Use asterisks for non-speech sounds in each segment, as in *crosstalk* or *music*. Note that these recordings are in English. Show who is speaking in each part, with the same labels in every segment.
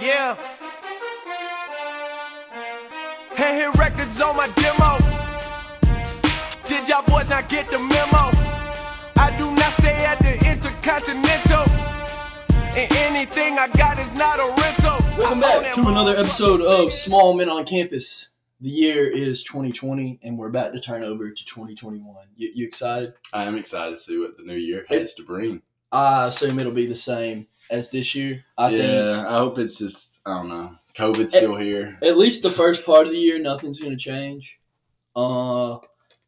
Speaker 1: yeah. And hit records on my demo. Did y'all boys not get the memo? I do not stay at the Intercontinental. And anything I got is not a rental.
Speaker 2: Welcome
Speaker 1: I own
Speaker 2: back
Speaker 1: that
Speaker 2: to another episode of Small Men on Campus. The year is 2020, and we're about to turn over to 2021. You, you excited?
Speaker 3: I am excited to see what the new year has to bring.
Speaker 2: I assume it'll be the same as this year. I
Speaker 3: yeah,
Speaker 2: think
Speaker 3: I hope it's just I don't know. COVID's still here.
Speaker 2: at least the first part of the year, nothing's going to change. Uh,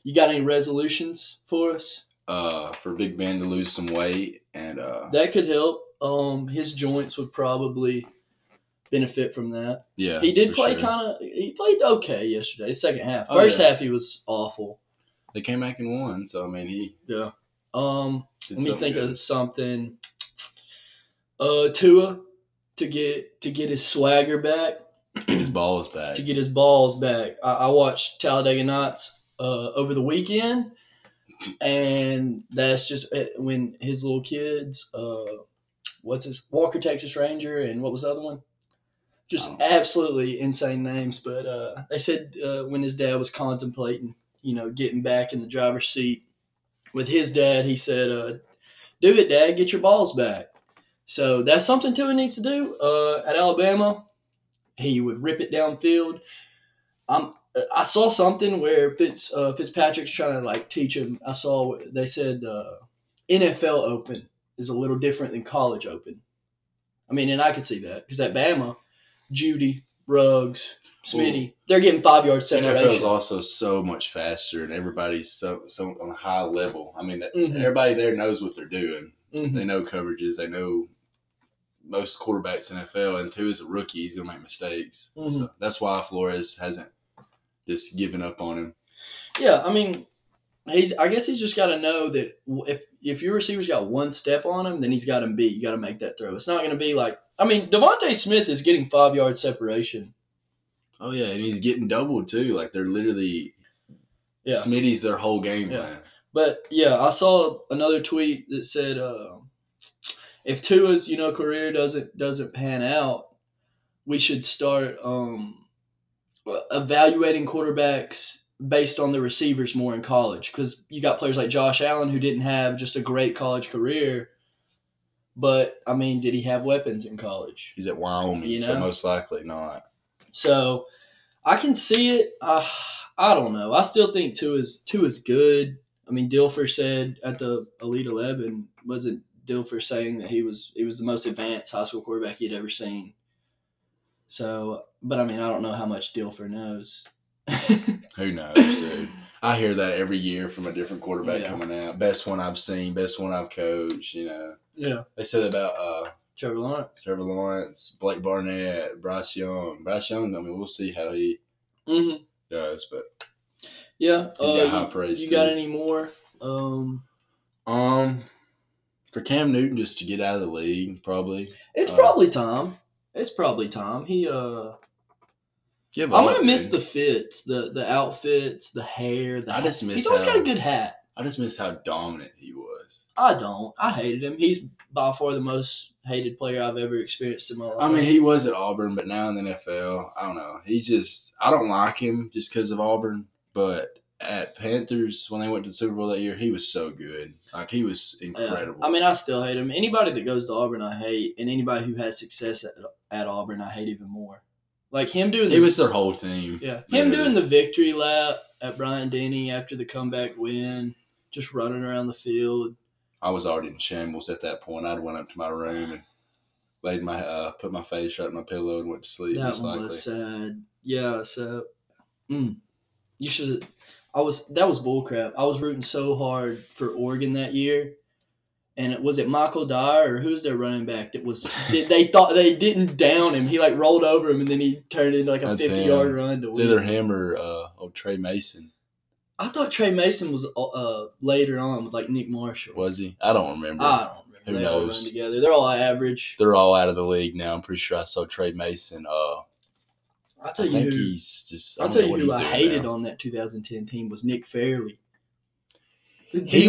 Speaker 2: you got any resolutions for us?
Speaker 3: Uh, for Big Ben to lose some weight and uh,
Speaker 2: That could help. Um, his joints would probably benefit from that.
Speaker 3: yeah,
Speaker 2: He did
Speaker 3: for
Speaker 2: play
Speaker 3: sure.
Speaker 2: kind of. He played okay yesterday. Second half.
Speaker 3: Oh,
Speaker 2: First
Speaker 3: yeah.
Speaker 2: half he was awful.
Speaker 3: They came back and won, so I mean he.
Speaker 2: Yeah. Um.
Speaker 3: Did
Speaker 2: Let me
Speaker 3: something
Speaker 2: think
Speaker 3: good.
Speaker 2: of something. Uh, Tua to get to get his swagger back,
Speaker 3: Get his balls back.
Speaker 2: to get his balls back. I, I watched Talladega Nights uh, over the weekend, and that's just it, when his little kids, uh, what's his Walker Texas Ranger, and what was the other one?
Speaker 3: I
Speaker 2: Just
Speaker 3: don't know.
Speaker 2: absolutely insane names. But uh, they said uh, when his dad was contemplating, you know, getting back in the driver's seat with his dad, he said, uh, "Do it, Dad. Get your balls back." So that's something Tua needs to do uh, at Alabama. He would rip it downfield. Um, I saw something where Fitz, uh, Fitzpatrick's trying to like teach him. I saw they said uh, NFL Open is a little different than college Open. I mean, and I could see that because at Bama, Judy, Ruggs, Smitty, they're getting five yard
Speaker 3: NFL is
Speaker 2: separation.
Speaker 3: also so much faster, and everybody's so so on a high level. I mean, that,
Speaker 2: Mhm.
Speaker 3: everybody there knows what they're doing.
Speaker 2: Mhm.
Speaker 3: They know coverages. They know most quarterbacks in NFL. And two is a rookie. He's gonna make mistakes. So
Speaker 2: Mhm.
Speaker 3: that's why Flores hasn't just given up on him.
Speaker 2: Yeah, I mean, he's. I guess he's just got to know that w- if if your receiver's got one step on him, then he's got him beat. You got to make that throw. It's not going to be like. I mean, Devontae Smith is getting five yard separation.
Speaker 3: Oh yeah, and he's getting doubled too. Like they're literally
Speaker 2: Yeah.
Speaker 3: Smitty's their whole game
Speaker 2: Yeah.
Speaker 3: plan.
Speaker 2: But yeah, I saw another tweet that said, uh, if Tua's you know career doesn't doesn't pan out, we should start um, evaluating quarterbacks based on the receivers more in college because you got players like Josh Allen who didn't have just a great college career, but I mean, did he have weapons in college?
Speaker 3: He's at Wyoming,
Speaker 2: You
Speaker 3: so
Speaker 2: know?
Speaker 3: most likely not.
Speaker 2: So I can see it. Uh, I don't know. I still think two is two is good. I mean, Dilfer said at the Elite Eleven wasn't Dilfer saying that he was he was the most advanced high school quarterback he'd ever seen. So, but I mean, I don't know how much Dilfer knows. *laughs*
Speaker 3: Who *laughs* knows, dude? I hear that every year from a different quarterback
Speaker 2: Yeah.
Speaker 3: coming out. Best one I've seen, best one I've coached. You know,
Speaker 2: yeah,
Speaker 3: they said about uh,
Speaker 2: Trevor Lawrence.
Speaker 3: Trevor Lawrence, Blake Barnett, Bryce Young. Bryce Young, I mean, we'll see how he
Speaker 2: Mm-hmm.
Speaker 3: does, but
Speaker 2: Yeah, uh,
Speaker 3: He's got high
Speaker 2: you-
Speaker 3: praise,
Speaker 2: You got
Speaker 3: too.
Speaker 2: any more? Um,
Speaker 3: um, for Cam Newton just to get out of the league, probably.
Speaker 2: it's
Speaker 3: Uh,
Speaker 2: probably time. It's probably time. He uh.
Speaker 3: Yeah,
Speaker 2: I'm gonna miss the fits, the the outfits, the hair. The
Speaker 3: I just miss
Speaker 2: He's always
Speaker 3: how-
Speaker 2: got a good hat.
Speaker 3: I just miss how dominant he was.
Speaker 2: I don't. I hated him. He's by far the most hated player I've ever experienced in my life.
Speaker 3: I mean, he was at Auburn, but now in the NFL, I don't know. He just, I don't like him just because of Auburn. But at Panthers, when they went to the Super Bowl that year, he was so good. Like, he was
Speaker 2: Yeah.
Speaker 3: incredible.
Speaker 2: I mean, I still hate him. Anybody that goes to Auburn, I hate, and anybody who has success at, at Auburn, I hate even more. Like him doing.
Speaker 3: he was their whole team.
Speaker 2: Yeah, him
Speaker 3: Literally.
Speaker 2: doing the victory lap at Brian Denny after the comeback win, just running around the field.
Speaker 3: I was already in shambles at that point. I'd went up to my room and laid my, uh, put my face right on my pillow and went to sleep.
Speaker 2: That
Speaker 3: most
Speaker 2: one
Speaker 3: likely.
Speaker 2: was sad. Yeah, so mm, you should. I was that was bullcrap. I was rooting so hard for Oregon that year, and it, was it Michael Dyer or who's their running back that
Speaker 3: *laughs*
Speaker 2: was? they, they thought they didn't down him. He like rolled over him, and then he turned into like a
Speaker 3: That's
Speaker 2: fifty yard
Speaker 3: him.
Speaker 2: run to
Speaker 3: It's either
Speaker 2: win.
Speaker 3: him or uh, old Trey Mason.
Speaker 2: I thought Trey Mason was uh, later on with like Nick Marshall.
Speaker 3: Was he? I don't remember.
Speaker 2: I don't remember.
Speaker 3: Who
Speaker 2: they all
Speaker 3: knows?
Speaker 2: run together. They're all average.
Speaker 3: They're all out of the league now. I'm pretty sure I saw Trey Mason. Uh,
Speaker 2: I'll tell
Speaker 3: I
Speaker 2: you.
Speaker 3: think
Speaker 2: who-
Speaker 3: he's just. I
Speaker 2: I'll
Speaker 3: don't
Speaker 2: tell
Speaker 3: know
Speaker 2: you
Speaker 3: what
Speaker 2: who
Speaker 3: he's
Speaker 2: I
Speaker 3: doing
Speaker 2: hated
Speaker 3: now.
Speaker 2: on that 2010 team was Nick Fairley.
Speaker 3: He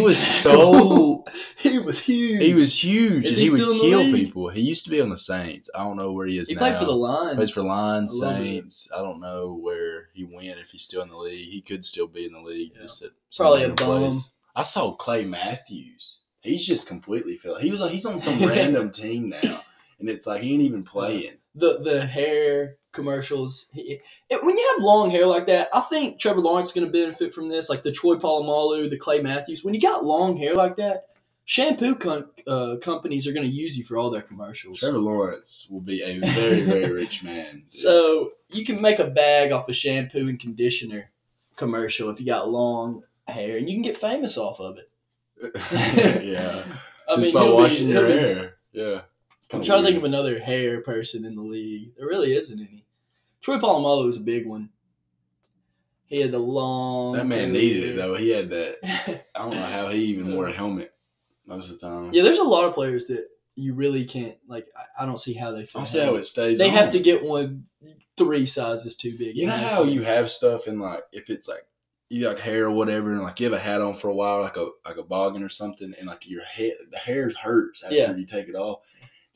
Speaker 2: *laughs*
Speaker 3: was so
Speaker 2: he was huge.
Speaker 3: *laughs* he was huge
Speaker 2: Is
Speaker 3: and he,
Speaker 2: he still
Speaker 3: would
Speaker 2: in the
Speaker 3: kill
Speaker 2: league?
Speaker 3: people. He used to be on the Saints. I don't know where he is
Speaker 2: He
Speaker 3: now.
Speaker 2: played for the Lions.
Speaker 3: Plays for Lions,
Speaker 2: I love it.
Speaker 3: Saints. I don't know where he went if he's still in the league. He could still be in the league.
Speaker 2: Yeah.
Speaker 3: Just at some
Speaker 2: Probably a
Speaker 3: other
Speaker 2: bum.
Speaker 3: place. I saw Clay Matthews. He's just completely filled. He was like he's on
Speaker 2: *laughs*
Speaker 3: some random team now, and it's like he ain't even playing.
Speaker 2: the the hair commercials. He- it- when you have long hair like that, I think Trevor Lawrence is going to benefit from this. Like the Troy Polamalu, the Clay Matthews. When you got long hair like that, shampoo com- uh, companies are going to use you for all their commercials.
Speaker 3: Trevor Lawrence will be a very very rich man.
Speaker 2: So you can make a bag off a shampoo and conditioner commercial if you got long hair, and you can get famous off of it.
Speaker 3: *laughs* yeah,
Speaker 2: I
Speaker 3: just by
Speaker 2: he'll be-
Speaker 3: washing your
Speaker 2: he'll be-
Speaker 3: hair. Yeah, It's
Speaker 2: I'm
Speaker 3: kinda
Speaker 2: trying to think of
Speaker 3: weird.
Speaker 2: another hair person in the league. There really isn't any. Troy Polamalu was a big one. He had the long.
Speaker 3: That man
Speaker 2: curly
Speaker 3: needed it
Speaker 2: hair.
Speaker 3: though. He had that. I don't know how he even wore a helmet most of the time.
Speaker 2: *laughs* yeah, there's a lot of players that you really can't like. I, I don't see how they.
Speaker 3: I
Speaker 2: fit
Speaker 3: don't see how it stays.
Speaker 2: They have
Speaker 3: on.
Speaker 2: to get one three sizes too big.
Speaker 3: You know
Speaker 2: And
Speaker 3: how
Speaker 2: it's
Speaker 3: you have stuff and like if it's like you got hair or whatever, and like you have a hat on for a while, like a like a boggin or something, and like your head the hair hurts after
Speaker 2: Yeah.
Speaker 3: you take it off.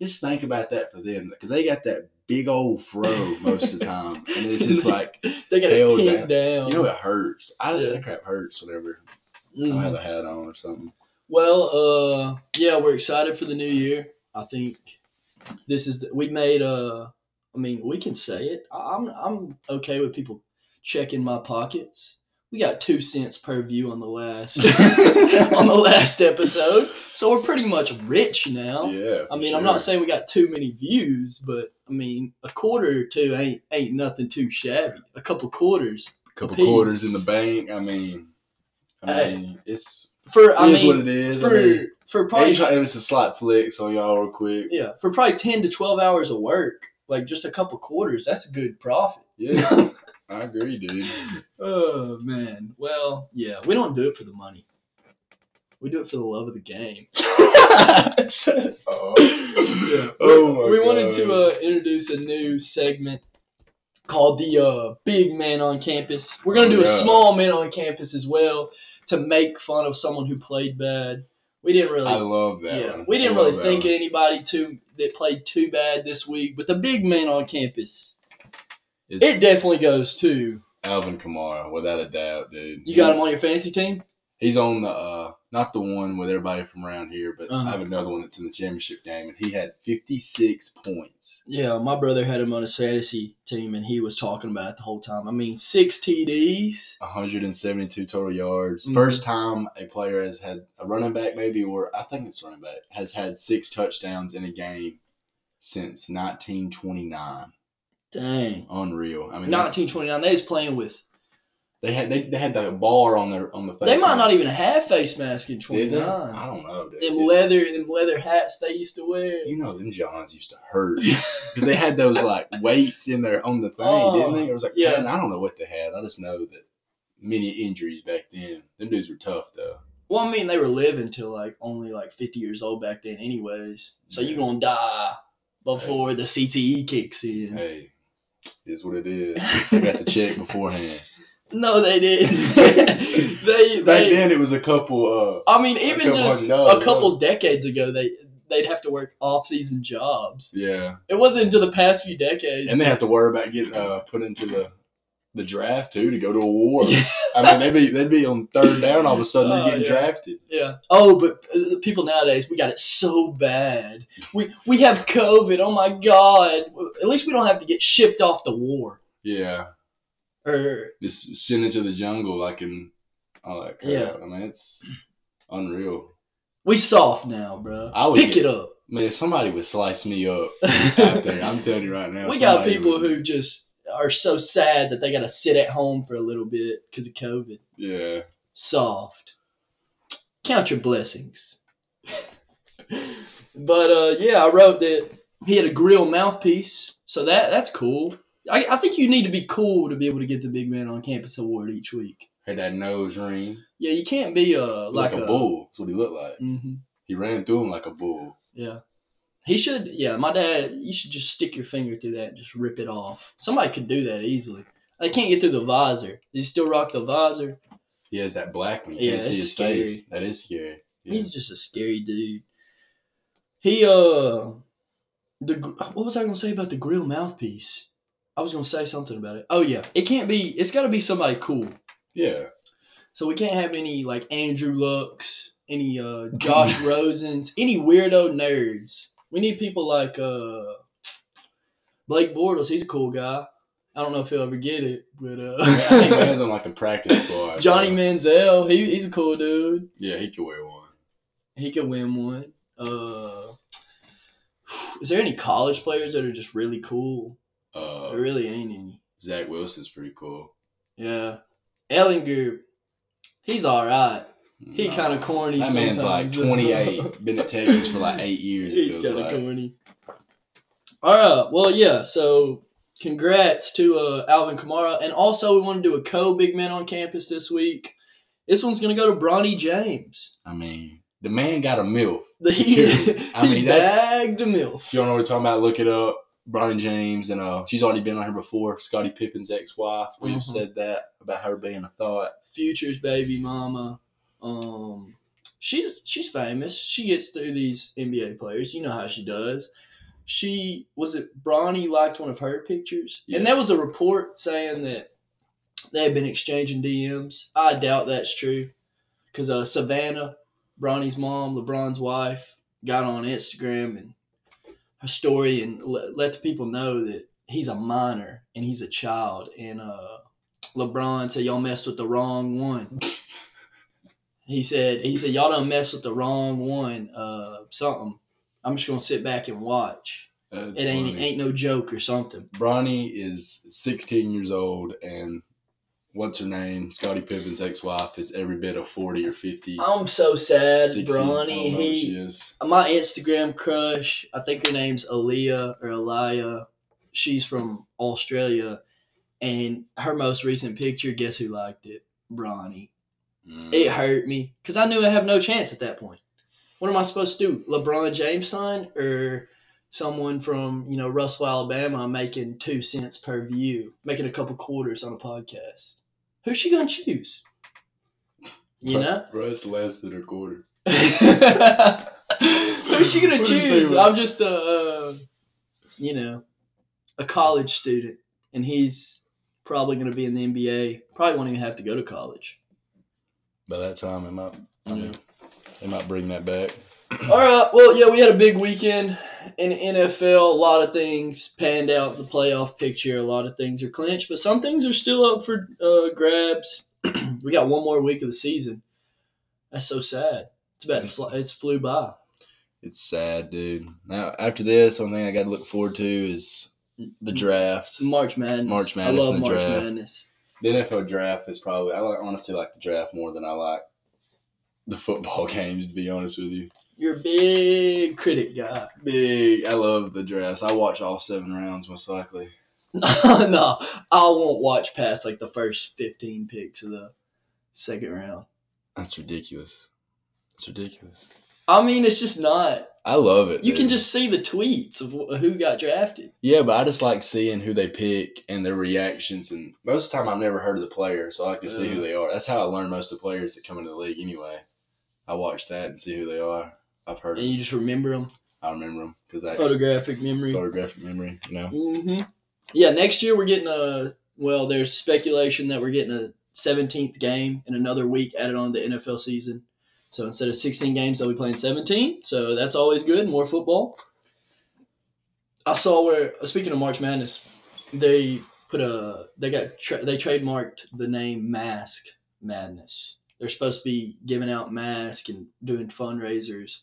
Speaker 3: Just think about that for them because they got that big old fro most of the time, and
Speaker 2: *laughs*
Speaker 3: it's just like
Speaker 2: like, *laughs* they got
Speaker 3: held
Speaker 2: to pin down.
Speaker 3: you know it hurts. I
Speaker 2: Yeah.
Speaker 3: that crap hurts whenever I
Speaker 2: Mhm.
Speaker 3: don't have a hat on or something.
Speaker 2: Well, uh, yeah, we're excited for the new year. I think this is the, we made. Uh, I mean, we can say it. I- I'm I'm okay with people checking my pockets. We got two cents per view on the last *laughs* on the last episode, so we're pretty much rich now.
Speaker 3: Yeah,
Speaker 2: Oh, I
Speaker 3: for
Speaker 2: mean, I'm not
Speaker 3: sure.
Speaker 2: saying we got too many views, but I mean, a quarter or two ain't ain't nothing too shabby. A couple quarters
Speaker 3: a couple
Speaker 2: apiece.
Speaker 3: quarters in the bank. I mean, I
Speaker 2: Hey.
Speaker 3: mean it's
Speaker 2: for
Speaker 3: it
Speaker 2: I
Speaker 3: is
Speaker 2: mean
Speaker 3: what it is. I
Speaker 2: for
Speaker 3: mean,
Speaker 2: for
Speaker 3: Probably
Speaker 2: probably
Speaker 3: you try to miss a slot flicks on y'all real quick.
Speaker 2: Yeah, for probably ten to twelve hours of work, like just a couple quarters, that's a good profit. *laughs*
Speaker 3: Yeah, I agree, dude.
Speaker 2: Oh man. Well, yeah, we don't do it for the money. We do it for the love of the *laughs* game.
Speaker 3: Oh,
Speaker 2: yeah.
Speaker 3: oh my
Speaker 2: we wanted
Speaker 3: God.
Speaker 2: to uh, introduce a new segment called the uh, Big Man on Campus. We're gonna
Speaker 3: Oh,
Speaker 2: do a
Speaker 3: yeah.
Speaker 2: small man on campus as well to make fun of someone who played bad. We didn't really
Speaker 3: I love that.
Speaker 2: uh, yeah,
Speaker 3: one.
Speaker 2: we didn't
Speaker 3: I love
Speaker 2: really
Speaker 3: that
Speaker 2: think
Speaker 3: one.
Speaker 2: anybody too that played too bad this week, but the big man on campus,
Speaker 3: It's
Speaker 2: it definitely goes to.
Speaker 3: Alvin Kamara, without a doubt, dude.
Speaker 2: You got him on your fantasy team?
Speaker 3: He's on the uh, not the one with everybody from around here, but
Speaker 2: Uh-huh.
Speaker 3: I have another one that's in the championship game, and he had fifty six points.
Speaker 2: Yeah, my brother had him on his fantasy team, and he was talking about it the whole time. I mean, six TDs.
Speaker 3: 172 total yards.
Speaker 2: Mhm.
Speaker 3: First time a player has had a running back, maybe, or I think it's running back, has had six touchdowns in a game since 1929.
Speaker 2: Dang.
Speaker 3: Unreal. I mean, that's-
Speaker 2: 1929. They was playing with.
Speaker 3: They had they, they had the bar on their on the face.
Speaker 2: They might not
Speaker 3: mask.
Speaker 2: even have face mask in
Speaker 3: Did they? I
Speaker 2: 29.
Speaker 3: don't know. Dude.
Speaker 2: Them
Speaker 3: It-
Speaker 2: leather, them leather hats they used to wear.
Speaker 3: you know, them Johns used to hurt *laughs* because they had those like weights in there on the thing, didn't they? It was like,
Speaker 2: Oh, yeah.
Speaker 3: yeah. I don't know what they had. I just know that many injuries back then. Them dudes were tough though.
Speaker 2: Well, I mean, they were living till like only like 50 years old back then, anyways. So you gonna die before the CTE kicks in.
Speaker 3: Hey, it is what it is. They got
Speaker 2: *laughs*
Speaker 3: the check beforehand.
Speaker 2: No, they
Speaker 3: *laughs*
Speaker 2: didn't. they,
Speaker 3: Back
Speaker 2: they,
Speaker 3: then, it was a couple. Uh,
Speaker 2: I mean, even
Speaker 3: couple
Speaker 2: just
Speaker 3: hundred dollars,
Speaker 2: a couple decades ago, they they'd have to work off-season jobs.
Speaker 3: yeah,
Speaker 2: It wasn't until the past few decades.
Speaker 3: and they have to worry about getting uh, put into the the draft too to go to
Speaker 2: *laughs*
Speaker 3: a war. I mean, they'd be they'd be on third down all of a sudden.
Speaker 2: Oh,
Speaker 3: They're getting
Speaker 2: yeah.
Speaker 3: drafted.
Speaker 2: yeah. Oh, but uh, people nowadays, we got it so bad. We we have COVID. Oh my god. At least we don't have to get shipped off to war Er,
Speaker 3: Yeah,
Speaker 2: or
Speaker 3: just sent into the jungle like in all that crap.
Speaker 2: Yeah.
Speaker 3: I mean, it's unreal.
Speaker 2: We soft now, bro.
Speaker 3: I would
Speaker 2: Pick
Speaker 3: get-
Speaker 2: it
Speaker 3: *laughs*
Speaker 2: up.
Speaker 3: Man, somebody would slice me up
Speaker 2: *laughs*
Speaker 3: out there. I'm telling you right now.
Speaker 2: we got
Speaker 3: somebody
Speaker 2: people
Speaker 3: would-
Speaker 2: who just are so sad that they got to sit at home for a little bit because of COVID.
Speaker 3: Yeah,
Speaker 2: Soft. Count your blessings. *laughs* but uh, yeah, I wrote that he had a grill mouthpiece, so that that's cool. I, I think you need to be cool to be able to get the Big Man on Campus award each week.
Speaker 3: had that nose ring
Speaker 2: Yeah, you can't be uh,
Speaker 3: like,
Speaker 2: like,
Speaker 3: a, bull. That's what he looked like.
Speaker 2: hmm
Speaker 3: He ran through him like a bull.
Speaker 2: Yeah. He should, yeah, my dad, you should just stick your finger through that and just rip it off. Somebody could do that easily. They can't get through the visor. Does he still rock the visor?
Speaker 3: He has that black one. You
Speaker 2: Yeah,
Speaker 3: can't see
Speaker 2: it's
Speaker 3: his
Speaker 2: scary.
Speaker 3: face. That is scary. Yeah.
Speaker 2: He's just a scary dude. He uh, the gr- what was I gonna say about the grill mouthpiece? I was gonna say something about it. Oh yeah, it can't be. It's got to be somebody cool.
Speaker 3: yeah.
Speaker 2: So we can't have any like Andrew Lux, any
Speaker 3: *laughs*
Speaker 2: uh Josh Rosen's, any weirdo nerds. We need people like uh Blake Bortles. He's a cool guy. I don't know if he'll ever get it, but
Speaker 3: I
Speaker 2: *laughs*
Speaker 3: think
Speaker 2: uh
Speaker 3: man's on like the practice squad.
Speaker 2: Johnny
Speaker 3: bro.
Speaker 2: Manziel. He, he's a cool dude.
Speaker 3: Yeah, he could wear one.
Speaker 2: He could win one. Uh, is there any college players that are just really cool? There
Speaker 3: Uh,
Speaker 2: really ain't any.
Speaker 3: Zach Wilson's pretty cool.
Speaker 2: Yeah, Ellinger, he's all right. He
Speaker 3: No.
Speaker 2: kind of corny.
Speaker 3: That man's like
Speaker 2: sometimes. uh, *laughs*
Speaker 3: 28, been at Texas for like eight years. It
Speaker 2: he's
Speaker 3: feels
Speaker 2: kind of
Speaker 3: like.
Speaker 2: corny. All right. Well, yeah. So, congrats to uh, Alvin Kamara, and also we want to do a co big man on campus this week. This one's gonna go to Bronny James. *laughs*
Speaker 3: I mean, the man got a milf.
Speaker 2: He,
Speaker 3: Security. I mean,
Speaker 2: he
Speaker 3: that's
Speaker 2: bagged a milf.
Speaker 3: if you don't know what we're talking about, look it up. Bronny James and uh, she's already been on here before. Scottie Pippen's ex-wife. We've
Speaker 2: Mhm.
Speaker 3: said that about her being a thought.
Speaker 2: Future's baby mama. Um, she's she's famous. She gets through these NBA players. You know how she does. She was it. Bronny liked one of her pictures, and
Speaker 3: Yeah.
Speaker 2: there was a report saying that they had been exchanging DMs. I doubt that's true, because uh, Savannah, Bronny's mom, LeBron's wife, got on Instagram and her story and let, let the people know that he's a minor and he's a child. And uh, LeBron said, "Y'all messed with the wrong one." he said, "He said y'all done messed with the wrong one." Uh, something. I'm just gonna sit back and watch.
Speaker 3: That's
Speaker 2: it ain't
Speaker 3: funny.
Speaker 2: ain't no joke or something.
Speaker 3: Bronny is 16 years old, and what's her name? Scottie Pippen's ex-wife is every bit of 40 or 50.
Speaker 2: I'm so sad,
Speaker 3: 60. I
Speaker 2: Oh, Bronny.
Speaker 3: don't know who
Speaker 2: He
Speaker 3: she is.
Speaker 2: my Instagram crush, I think her name's Aaliyah or Aliyah. She's from Australia. And her most recent picture, guess who liked it? Bronny.
Speaker 3: Mm.
Speaker 2: It hurt me because I knew I have no chance at that point. What am I supposed to do? LeBron James sign or someone from, you know, Russell, Alabama making two cents per view, making a couple quarters on a podcast? Who's she going to choose? You know?
Speaker 3: *laughs* Bro, it's less than a quarter.
Speaker 2: Who's she gonna
Speaker 3: What do you say
Speaker 2: choose?
Speaker 3: about-
Speaker 2: I'm just a, uh, you know, a college student, and he's probably gonna be in the NBA. Probably won't even have to go to college.
Speaker 3: By that time, it might, I
Speaker 2: Yeah.
Speaker 3: mean, it might bring that back.
Speaker 2: All right. Well, yeah, we had a big weekend in NFL. A lot of things panned out. The playoff picture. A lot of things are clinched, but some things are still up for uh, grabs. *clears throat* we got one more week of the season. That's so sad. It's about to fly, it's flew by.
Speaker 3: It's sad, dude. Now, after this, one thing I got to look forward to is the draft.
Speaker 2: March Madness.
Speaker 3: March Madness
Speaker 2: I love
Speaker 3: and the
Speaker 2: March
Speaker 3: draft.
Speaker 2: Madness.
Speaker 3: The NFL draft is probably I like- honestly like the draft more than I like the football *laughs* games. To be honest with you,
Speaker 2: You're a big critic guy. *laughs*
Speaker 3: big. I love the drafts. I watch all seven rounds most likely.
Speaker 2: no, I won't watch past like the first 15 picks of the second round.
Speaker 3: That's ridiculous. That's ridiculous.
Speaker 2: I mean, it's just not.
Speaker 3: I love it.
Speaker 2: You can
Speaker 3: dude.
Speaker 2: just see the tweets of wh- who got drafted.
Speaker 3: yeah, but I just like seeing who they pick and their reactions. And most of the time, I've never heard of the player, so I like to see
Speaker 2: Yeah.
Speaker 3: who they are. That's how I learn most of the players that come into the league. Anyway, I watch that and see who they are. I've heard.
Speaker 2: And
Speaker 3: 'em.
Speaker 2: you just remember them.
Speaker 3: I remember them because I
Speaker 2: Photographic memory.
Speaker 3: photographic memory. You know.
Speaker 2: hmm Yeah, next year we're getting a. Well, there's speculation that we're getting a 17th game and another week added on to the NFL season. So instead of 16 games, they'll be playing 17. So that's always good. More football. I saw where speaking of March Madness, they put a they got tra- they trademarked the name Mask Madness. They're supposed to be giving out masks and doing fundraisers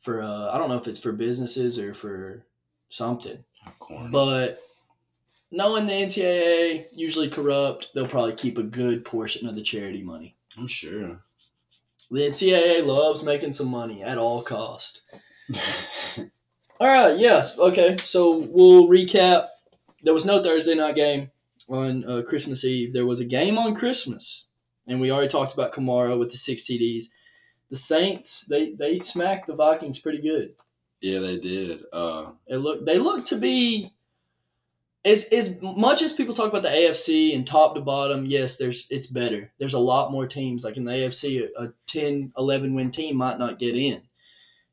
Speaker 2: for uh, I don't know if it's for businesses or for something.
Speaker 3: Corn.
Speaker 2: But knowing the NCAA, usually corrupt, they'll probably keep a good portion of the charity money.
Speaker 3: I'm sure.
Speaker 2: The NCAA loves making some money at all cost. All right, yes, okay. So we'll recap. There was no Thursday night game on uh, Christmas Eve. There was a game on Christmas, and we already talked about Kamara with the six CDs. The Saints they they smacked the Vikings pretty good.
Speaker 3: Yeah, they did. Uh,
Speaker 2: It look they look to be as as much as people talk about the AFC and top to bottom, yes, there's it's better. There's a lot more teams. Like in the AFC, a, a 10, 11 win team might not get in.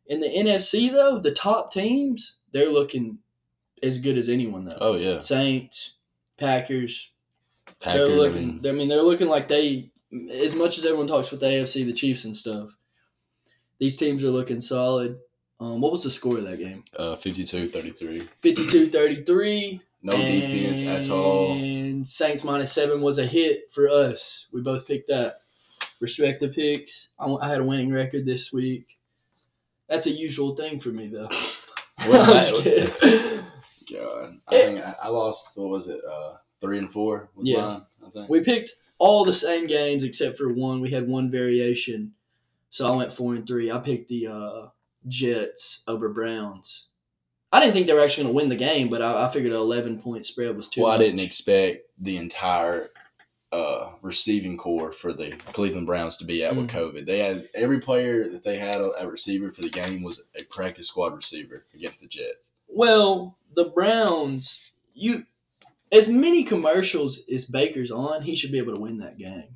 Speaker 2: In the NFC though, the top teams they're looking as good as anyone though.
Speaker 3: Oh yeah,
Speaker 2: Saints, Packers,
Speaker 3: Packers.
Speaker 2: they're
Speaker 3: I mean,
Speaker 2: looking. I mean, they're looking like they. As much as everyone talks with the AFC, the Chiefs and stuff, these teams are looking solid. Um, what was the score of that game?
Speaker 3: uh, 52-33.
Speaker 2: 52-33.
Speaker 3: No defense at all.
Speaker 2: And Saints minus seven was a hit for us. We both picked that. Respect the picks. I, I had a winning record this week. That's a usual thing for me,
Speaker 3: *laughs*
Speaker 2: though.
Speaker 3: What's
Speaker 2: *laughs* I'm just
Speaker 3: that?
Speaker 2: kidding.
Speaker 3: God, I think I, I lost. What was it? Uh, three and four. Was
Speaker 2: Yeah.
Speaker 3: mine, I think.
Speaker 2: We picked all the same games except for one. We had one variation. So I went four and three. I picked the uh, Jets over Browns. I didn't think they were actually going to win the game, but I, I figured an 11 point spread was too
Speaker 3: well, I
Speaker 2: much.
Speaker 3: didn't expect the entire uh, receiving core for the Cleveland Browns to be out
Speaker 2: Mm.
Speaker 3: with COVID. They had every player that they had at receiver for the game was a practice squad receiver against the Jets.
Speaker 2: Well, the Browns, you as many commercials as Baker's on, he should be able to win that game.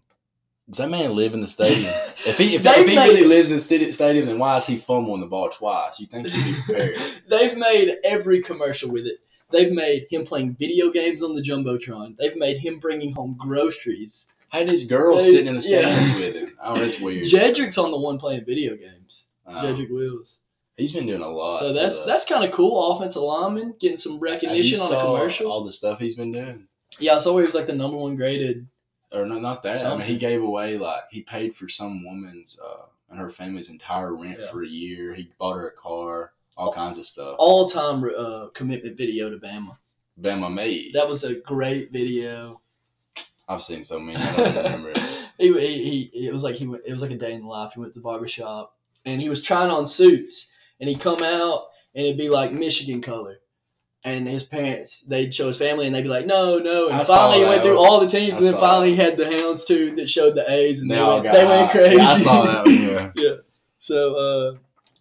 Speaker 3: Does that man live in
Speaker 2: *laughs*
Speaker 3: the stadium? If he if,
Speaker 2: They
Speaker 3: if he
Speaker 2: made-
Speaker 3: really lives in the stadi- stadium, then why is he fumbling the ball twice? You think he'd be prepared?
Speaker 2: *laughs* They've made every commercial with it. They've made him playing video games on the jumbotron. They've made him bringing home groceries.
Speaker 3: Had his girl
Speaker 2: They-
Speaker 3: sitting in the
Speaker 2: yeah.
Speaker 3: stands with him. Oh, that's weird.
Speaker 2: Jedrick's on the one playing video games.
Speaker 3: Um,
Speaker 2: Jedrick Wills.
Speaker 3: he's been doing a lot.
Speaker 2: So
Speaker 3: for
Speaker 2: that's
Speaker 3: the-
Speaker 2: that's kind of cool. Offensive lineman getting some
Speaker 3: Have you
Speaker 2: recognition on a
Speaker 3: saw
Speaker 2: commercial.
Speaker 3: All the stuff he's been doing.
Speaker 2: yeah, I saw where he was like the number one graded.
Speaker 3: or no, not that. I mean,
Speaker 2: Something.
Speaker 3: he gave away like he paid for some woman's uh, and her family's entire rent
Speaker 2: Yeah. Oh.
Speaker 3: for a year. He bought her a car, all kinds of stuff.
Speaker 2: All time uh, commitment video to Bama.
Speaker 3: Bama me,
Speaker 2: That was a great video.
Speaker 3: I've seen so many. I don't remember. it.
Speaker 2: *laughs* he, he, he it was like he went, it was like a day in the life. He went to the barber shop and he was trying on suits and he'd come out and it'd be like Michigan color. And his parents, they'd show his family, and they'd be like, "No, no." And
Speaker 3: I saw
Speaker 2: finally, he went
Speaker 3: that
Speaker 2: through
Speaker 3: one.
Speaker 2: all the teams,
Speaker 3: I
Speaker 2: and then
Speaker 3: saw
Speaker 2: finally, he had the hounds too that showed the A's, and they,
Speaker 3: all
Speaker 2: went,
Speaker 3: got
Speaker 2: they went
Speaker 3: high.
Speaker 2: crazy.
Speaker 3: Yeah, I saw that. One,
Speaker 2: *laughs*
Speaker 3: yeah.
Speaker 2: So,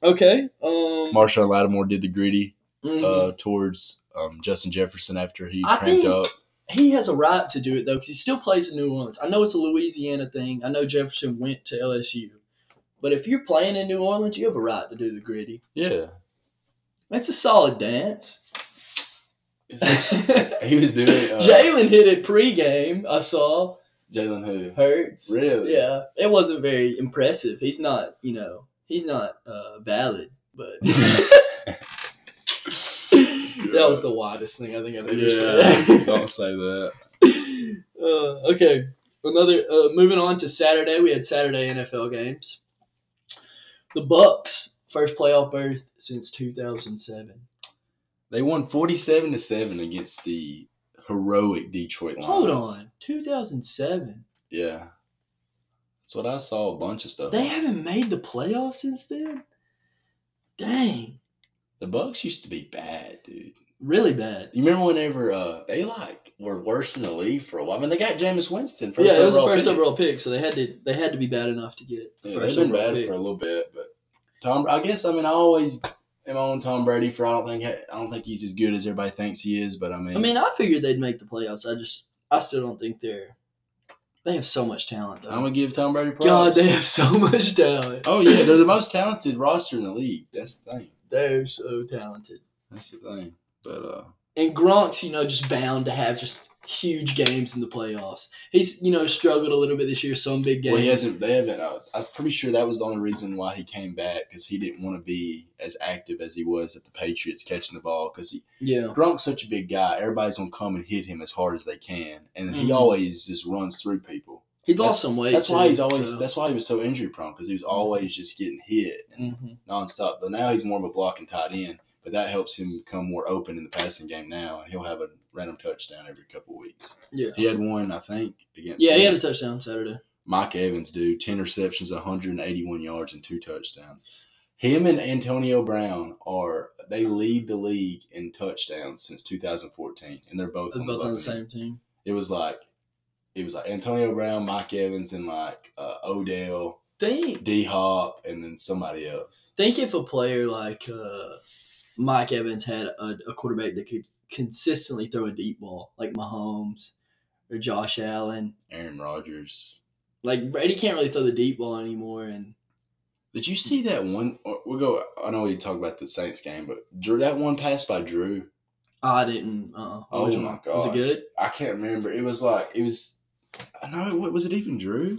Speaker 2: uh, okay, um,
Speaker 3: Marshawn Lattimore did the gritty
Speaker 2: mhm.
Speaker 3: uh, towards um, Justin Jefferson after he
Speaker 2: I
Speaker 3: cranked
Speaker 2: think-
Speaker 3: up.
Speaker 2: he has a right to do it though because he still plays in New Orleans. I know it's a Louisiana thing. I know Jefferson went to LSU, but if you're playing in New Orleans, you have a right to do the gritty.
Speaker 3: Yeah,
Speaker 2: That's a solid dance. *laughs* Jalen
Speaker 3: he was doing *laughs* uh,
Speaker 2: hit it pregame. I saw
Speaker 3: Jalen who
Speaker 2: hurts.
Speaker 3: really
Speaker 2: Yeah, it wasn't very impressive. He's not, you know, he's not uh, valid.
Speaker 3: *laughs*
Speaker 2: But *laughs* that was the widest thing I think I've ever
Speaker 3: yeah.
Speaker 2: *laughs* said.
Speaker 3: don't say that.
Speaker 2: uh, okay. Another uh, moving on to Saturday, we had Saturday NFL games. The Bucks first playoff berth since 2007.
Speaker 3: They won forty-seven to seven against the heroic Detroit Lions.
Speaker 2: Hold on, 2007.
Speaker 3: Yeah. That's what I saw a bunch of stuff.
Speaker 2: They haven't made the playoffs since then. Dang,
Speaker 3: The Bucks used to be bad, dude.
Speaker 2: really bad.
Speaker 3: You remember whenever uh, they like were worse in the league for a while. I mean, they got Jameis Winston first.
Speaker 2: yeah, it was the
Speaker 3: overall
Speaker 2: first
Speaker 3: pick.
Speaker 2: overall pick, so they had to they had to be bad enough to get the
Speaker 3: Yeah, they've
Speaker 2: first
Speaker 3: been
Speaker 2: overall
Speaker 3: bad
Speaker 2: pick.
Speaker 3: for a little bit, but Tom. I guess I mean I always am on Tom Brady for I don't think I don't think he's as good as everybody thinks he is, but I mean,
Speaker 2: I mean, I figured they'd make the playoffs. I just I still don't think they're they have so much talent though.
Speaker 3: I'm gonna give Tom Brady props.
Speaker 2: God, they have so *laughs* much talent.
Speaker 3: Oh yeah, they're the most talented roster in the league. That's the thing.
Speaker 2: They're so talented.
Speaker 3: That's the thing. But uh,
Speaker 2: And Gronk's, you know, just bound to have just huge games in the playoffs. He's, you know, struggled a little bit this year, some big games.
Speaker 3: Well, he hasn't. They haven't. Uh, I'm pretty sure that was the only reason why he came back because he didn't want to be as active as he was at the Patriots catching the ball because
Speaker 2: Yeah.
Speaker 3: Gronk's such a big guy. Everybody's gonna come and hit him as hard as they can, and he
Speaker 2: Mhm.
Speaker 3: always just runs through people.
Speaker 2: He's lost some weight.
Speaker 3: That's why
Speaker 2: too,
Speaker 3: he's always.
Speaker 2: so-
Speaker 3: That's why he was so injury prone because he was
Speaker 2: Mm-hmm.
Speaker 3: always just getting hit and
Speaker 2: Mhm.
Speaker 3: nonstop. But now he's more of a blocking tight end, but that helps him become more open in the passing game now, and he'll have a random touchdown every couple weeks.
Speaker 2: Yeah.
Speaker 3: He had one, I think, against.
Speaker 2: Yeah, he
Speaker 3: me.
Speaker 2: had a touchdown Saturday.
Speaker 3: Mike Evans do 10 receptions, 181 yards, and two touchdowns. Him and Antonio Brown are they lead the league in touchdowns since 2014, and they're both,
Speaker 2: They're
Speaker 3: on, the
Speaker 2: both on the
Speaker 3: Buccaneers.
Speaker 2: same team.
Speaker 3: It was like it was like Antonio Brown, Mike Evans, and like uh, Odell,
Speaker 2: Think
Speaker 3: D Hop, and then somebody else.
Speaker 2: think if a player like uh Mike Evans had a, a quarterback that could consistently throw a deep ball, like Mahomes or Josh Allen.
Speaker 3: Aaron Rodgers.
Speaker 2: Like Brady can't really throw the deep ball anymore, and
Speaker 3: Did you see that one? or We'll go. I know we talked about the Saints game, but Drew, that one pass by Drew.
Speaker 2: I didn't. Uh,
Speaker 3: Oh
Speaker 2: which
Speaker 3: my
Speaker 2: one?
Speaker 3: god,
Speaker 2: was it good?
Speaker 3: I can't remember. It was like it was. I know. What was it? Even Drew?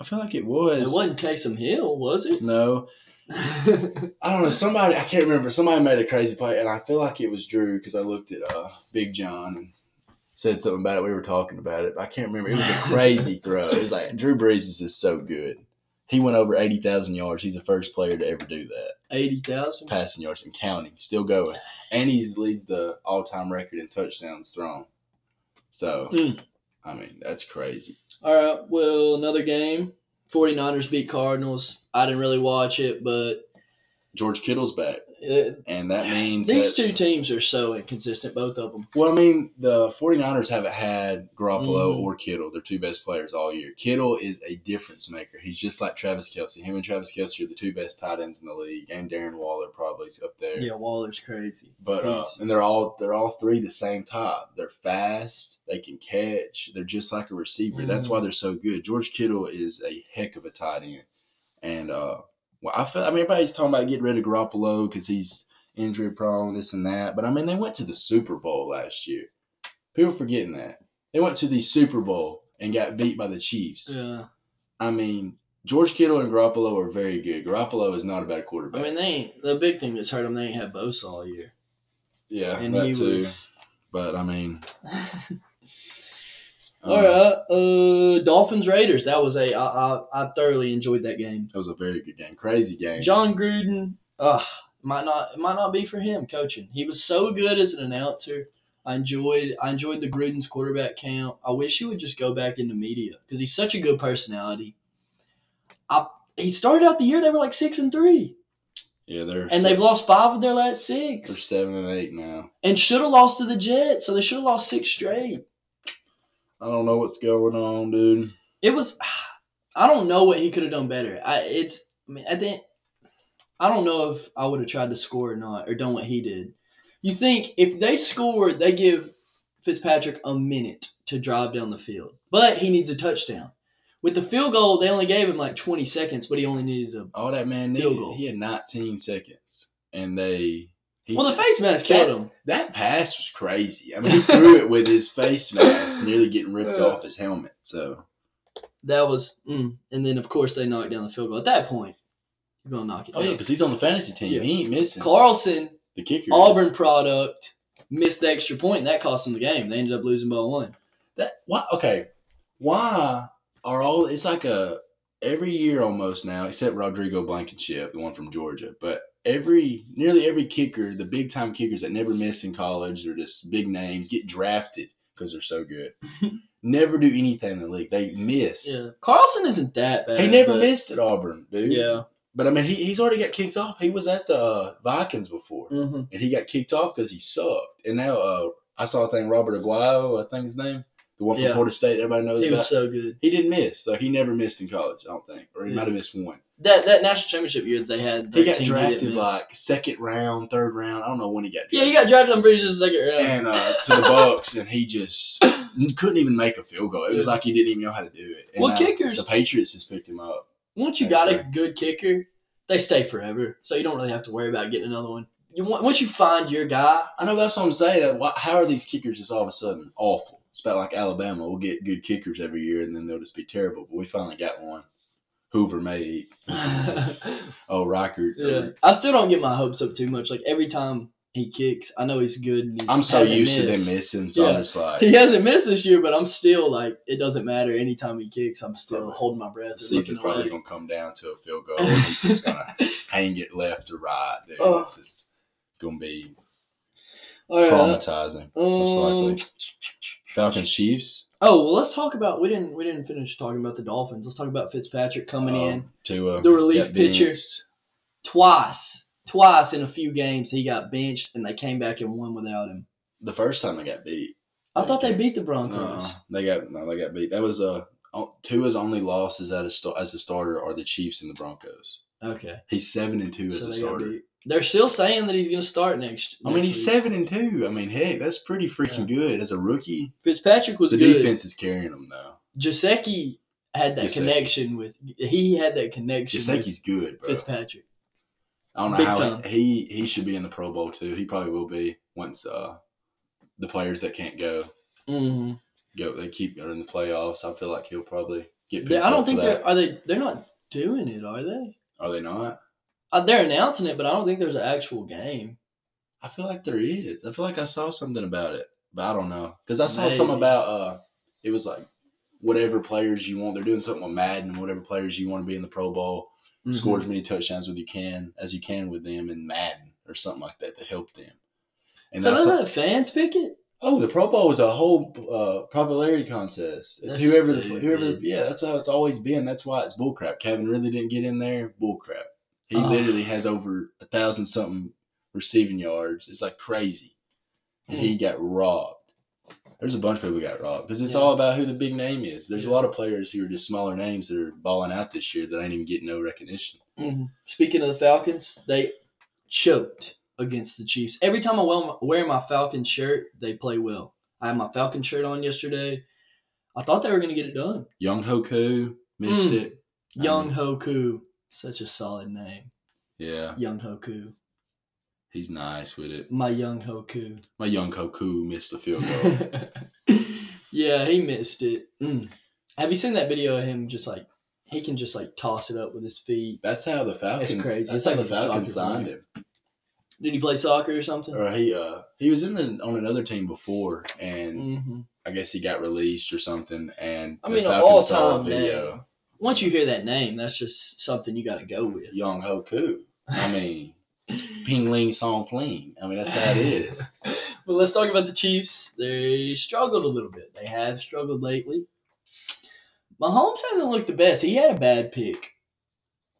Speaker 3: I feel like it was.
Speaker 2: It wasn't Taysom Hill, was it?
Speaker 3: No, I don't know. Somebody I can't remember. Somebody made a crazy play, and I feel like it was Drew because I looked at uh, Big John and said something about it. We were talking about it, but I can't remember. It was
Speaker 2: *laughs*
Speaker 3: a crazy throw. It was like Drew Brees is just so good. He went over eighty thousand yards. He's the first player to ever do that,
Speaker 2: *laughs* Eighty thousand.
Speaker 3: passing yards and counting, still going, and he leads the all-time record in touchdowns thrown. So,
Speaker 2: Hmm.
Speaker 3: I mean, that's crazy.
Speaker 2: All right. Well, another game. 49ers beat Cardinals. I didn't really watch it, but
Speaker 3: George Kittle's back,
Speaker 2: it,
Speaker 3: and that means
Speaker 2: these
Speaker 3: that-
Speaker 2: two teams are so inconsistent, both of them.
Speaker 3: Well, I mean, the 49ers haven't had Garoppolo
Speaker 2: Mhm.
Speaker 3: or Kittle, their two best players all year. Kittle is a difference maker. He's just like Travis Kelsey. Him and Travis Kelsey are the two best tight ends in the league, and Darren Waller probably is up there.
Speaker 2: Yeah, Waller's crazy.
Speaker 3: But uh,
Speaker 2: He's-
Speaker 3: and they're all they're all three the same type. They're fast. They can catch. They're just like a receiver. That's why
Speaker 2: Mhm.
Speaker 3: they're so good. George Kittle is a heck of a tight end. And uh, well, I feel I mean everybody's talking about getting rid of Garoppolo because he's injury prone, this and that. But I mean they went to the Super Bowl last year. People are forgetting that they went to the Super Bowl and got beat by the Chiefs.
Speaker 2: Yeah.
Speaker 3: I mean George Kittle and Garoppolo are very good. Garoppolo is not a bad
Speaker 2: I
Speaker 3: quarterback.
Speaker 2: mean, they ain't, the big thing that's hurt them, they ain't had Bosa all year.
Speaker 3: yeah,
Speaker 2: And
Speaker 3: that
Speaker 2: he
Speaker 3: too.
Speaker 2: was.
Speaker 3: But I mean.
Speaker 2: All
Speaker 3: um,
Speaker 2: right. Uh, Dolphins Raiders. That was a. I, I, I thoroughly enjoyed that game.
Speaker 3: It was a very good game. Crazy game.
Speaker 2: John Gruden. Uh, might not it might not be for him coaching. He was so good as an announcer. I enjoyed I enjoyed the Gruden's quarterback count. I wish he would just go back into media because he's such a good personality. I, he started out the year they were like six and three,
Speaker 3: yeah, they're
Speaker 2: and they've lost five of their last
Speaker 3: they're
Speaker 2: six,
Speaker 3: seven and eight now.
Speaker 2: and should have lost to the Jets. So they should have lost six straight.
Speaker 3: I don't know what's going on, dude.
Speaker 2: it was *sighs* i don't know what he could have done better i it's i mean i think i don't know if i would have tried to score or not or done what he did you think if they score they give fitzpatrick a minute to drive down the field but he needs a touchdown with the field goal they only gave him like 20 seconds but he only needed a
Speaker 3: All that man
Speaker 2: Field
Speaker 3: needed,
Speaker 2: goal.
Speaker 3: he had 19 seconds, and they. He,
Speaker 2: well the face mask killed him
Speaker 3: that pass was crazy. I mean, he threw it with his face mask, nearly getting ripped off his helmet. So
Speaker 2: that was mm. and then of course they knocked down the field goal at that point you're gonna knock it
Speaker 3: oh yeah,
Speaker 2: down
Speaker 3: because he's on the fantasy team.
Speaker 2: Yeah.
Speaker 3: He ain't missing
Speaker 2: carlson
Speaker 3: the kicker. is-
Speaker 2: Auburn product missed the extra point, and that cost them the game. They ended up losing by one.
Speaker 3: That why okay. Why are all it's like a every year almost now, except Rodrigo Blankenship, the one from Georgia, but every nearly every kicker, the big time kickers that never miss in college, they're just big names, get drafted because they're
Speaker 2: *laughs*
Speaker 3: so good. never do anything in the league. They miss.
Speaker 2: Yeah, Carlson isn't that bad.
Speaker 3: He never
Speaker 2: but-
Speaker 3: missed at Auburn, dude.
Speaker 2: Yeah,
Speaker 3: But I mean he, he's already got kicked off. He was at the uh, Vikings before
Speaker 2: hmm
Speaker 3: and he got kicked off because he sucked. And now uh, I saw a thing Robert Aguayo, I think his name, the one from
Speaker 2: Yeah.
Speaker 3: Florida State, everybody knows
Speaker 2: he
Speaker 3: about.
Speaker 2: was so good.
Speaker 3: He didn't miss. Like he never missed in college, I don't think, or he
Speaker 2: Yeah.
Speaker 3: might have missed one.
Speaker 2: That that national championship year that they had, 13,
Speaker 3: He got
Speaker 2: didn't
Speaker 3: drafted
Speaker 2: miss.
Speaker 3: like second round, third round. I don't know when he got drafted.
Speaker 2: yeah, he got drafted. I'm pretty sure the second round.
Speaker 3: and uh, to the Bucks, and he just couldn't even make a field goal. It was
Speaker 2: Yeah.
Speaker 3: like he didn't even know how to do it. And
Speaker 2: Well,
Speaker 3: now
Speaker 2: kickers-
Speaker 3: The Patriots just picked him up.
Speaker 2: Once you got a
Speaker 3: Actually.
Speaker 2: good kicker, they stay forever, so you don't really have to worry about getting another one. You want, once you find your guy, *laughs*
Speaker 3: I know that's what I'm saying. That why, how are these kickers just all of a sudden awful? It's about like Alabama. We'll get good kickers every year, and then they'll just be terrible. But we finally got one. Hoover made. Oh, Rockert.
Speaker 2: yeah. I still don't get my hopes up too much. Like every time he kicks, I know he's good. And he's,
Speaker 3: I'm so
Speaker 2: hasn't
Speaker 3: used to
Speaker 2: missed.
Speaker 3: them missing, so
Speaker 2: *laughs* Yeah.
Speaker 3: I'm just like,
Speaker 2: he hasn't missed this year, but I'm still like, it doesn't matter. Anytime he kicks, I'm still
Speaker 3: Probably.
Speaker 2: holding my breath.
Speaker 3: The
Speaker 2: And looking
Speaker 3: season's probably
Speaker 2: away.
Speaker 3: gonna come down to a field goal. and he's
Speaker 2: *laughs*
Speaker 3: just gonna hang it left or right. Dude,
Speaker 2: Oh.
Speaker 3: it's just gonna be
Speaker 2: All right.
Speaker 3: traumatizing. Most
Speaker 2: Um,
Speaker 3: likely. Falcons Chiefs
Speaker 2: oh well, let's talk about we didn't we didn't finish talking about the Dolphins. Let's talk about Fitzpatrick coming in
Speaker 3: um, to uh,
Speaker 2: The relief
Speaker 3: got benched.
Speaker 2: pitchers. twice, twice in a few games. He got benched, and they came back and won without him.
Speaker 3: The first time they got beat.
Speaker 2: I thought they beat the Broncos.
Speaker 3: No, Uh-uh. they got no, they got beat. That was a uh, Tua's only losses as a sta- as a starter are the Chiefs and the Broncos.
Speaker 2: Okay,
Speaker 3: He's seven and two as
Speaker 2: so
Speaker 3: a
Speaker 2: they got
Speaker 3: starter.
Speaker 2: beat. They're still saying that he's going to start next.
Speaker 3: I mean,
Speaker 2: next
Speaker 3: he's
Speaker 2: week.
Speaker 3: seven and two. I mean, heck, that's pretty freaking good as a rookie.
Speaker 2: Fitzpatrick was
Speaker 3: the
Speaker 2: good.
Speaker 3: defense is carrying him though.
Speaker 2: Gesicki had that
Speaker 3: Gesicki.
Speaker 2: connection with. He had that connection.
Speaker 3: Gesicki's good,
Speaker 2: with
Speaker 3: bro.
Speaker 2: Fitzpatrick.
Speaker 3: I don't know
Speaker 2: big
Speaker 3: how
Speaker 2: time.
Speaker 3: he he should be in the Pro Bowl too. He probably will be once uh the players that can't go
Speaker 2: hmm
Speaker 3: go they keep going in the playoffs. I feel like he'll probably get. Picked
Speaker 2: They, I don't
Speaker 3: up
Speaker 2: think
Speaker 3: for
Speaker 2: they're
Speaker 3: that.
Speaker 2: are they. They're not doing it, are they?
Speaker 3: are they not.
Speaker 2: Uh, they're announcing it, but I don't think there's an actual game.
Speaker 3: I feel like there is. I feel like I saw something about it, but I don't know because I saw something
Speaker 2: Maybe.
Speaker 3: about uh, it was like whatever players you want. They're doing something with Madden, whatever players you want to be in the Pro Bowl.
Speaker 2: Mhm.
Speaker 3: Score as many touchdowns with you can as you can with them in Madden or something like that to help them. And
Speaker 2: So
Speaker 3: then I saw,
Speaker 2: doesn't the fans pick it?
Speaker 3: oh, the Pro Bowl is a whole uh, popularity contest. It's
Speaker 2: That's
Speaker 3: whoever the whoever
Speaker 2: stupid.
Speaker 3: yeah, that's how it's always been. That's why it's bullcrap. Kevin really didn't get in there. Bullcrap. He
Speaker 2: Oh.
Speaker 3: literally has over a thousand something receiving yards. It's like crazy, and
Speaker 2: Hmm.
Speaker 3: he got robbed. There's a bunch of people who got robbed because it's
Speaker 2: Yeah.
Speaker 3: all about who the big name is. There's a
Speaker 2: Yeah.
Speaker 3: lot of players who are just smaller names that are balling out this year that ain't even getting no recognition.
Speaker 2: Mhm. Speaking of the Falcons, they choked against the Chiefs. Every time I wear my, wear my Falcon shirt, they play well. I had my Falcon shirt on yesterday. I thought they were going to get it done.
Speaker 3: Young Hoku missed
Speaker 2: Mm.
Speaker 3: it. I
Speaker 2: Young
Speaker 3: mean,
Speaker 2: Hoku, such a solid name.
Speaker 3: yeah,
Speaker 2: Young Hoku,
Speaker 3: he's nice with it.
Speaker 2: my young Hoku.
Speaker 3: My young Hoku missed the field goal.
Speaker 2: yeah, he missed it. Mm. Have you seen that video of him just like he can just like toss it up with his feet?
Speaker 3: That's how the Falcons.
Speaker 2: crazy.
Speaker 3: That's
Speaker 2: It's
Speaker 3: how
Speaker 2: like
Speaker 3: the
Speaker 2: he's a soccer
Speaker 3: Falcons signed
Speaker 2: player.
Speaker 3: him.
Speaker 2: Did he play soccer or something?
Speaker 3: Or he uh he was in the, on another team before, and
Speaker 2: hmm
Speaker 3: I guess he got released or something. And
Speaker 2: I
Speaker 3: the
Speaker 2: mean, an
Speaker 3: Falcons saw a
Speaker 2: all-time name. Once you hear that name, that's just something you got to go with.
Speaker 3: Young Hoku.
Speaker 2: *laughs*
Speaker 3: I mean, Ping Ling Song Fling. I mean, that's how it *laughs* is.
Speaker 2: well, let's talk about the Chiefs. They struggled a little bit. They have struggled lately. Mahomes hasn't looked the best. He had a bad pick.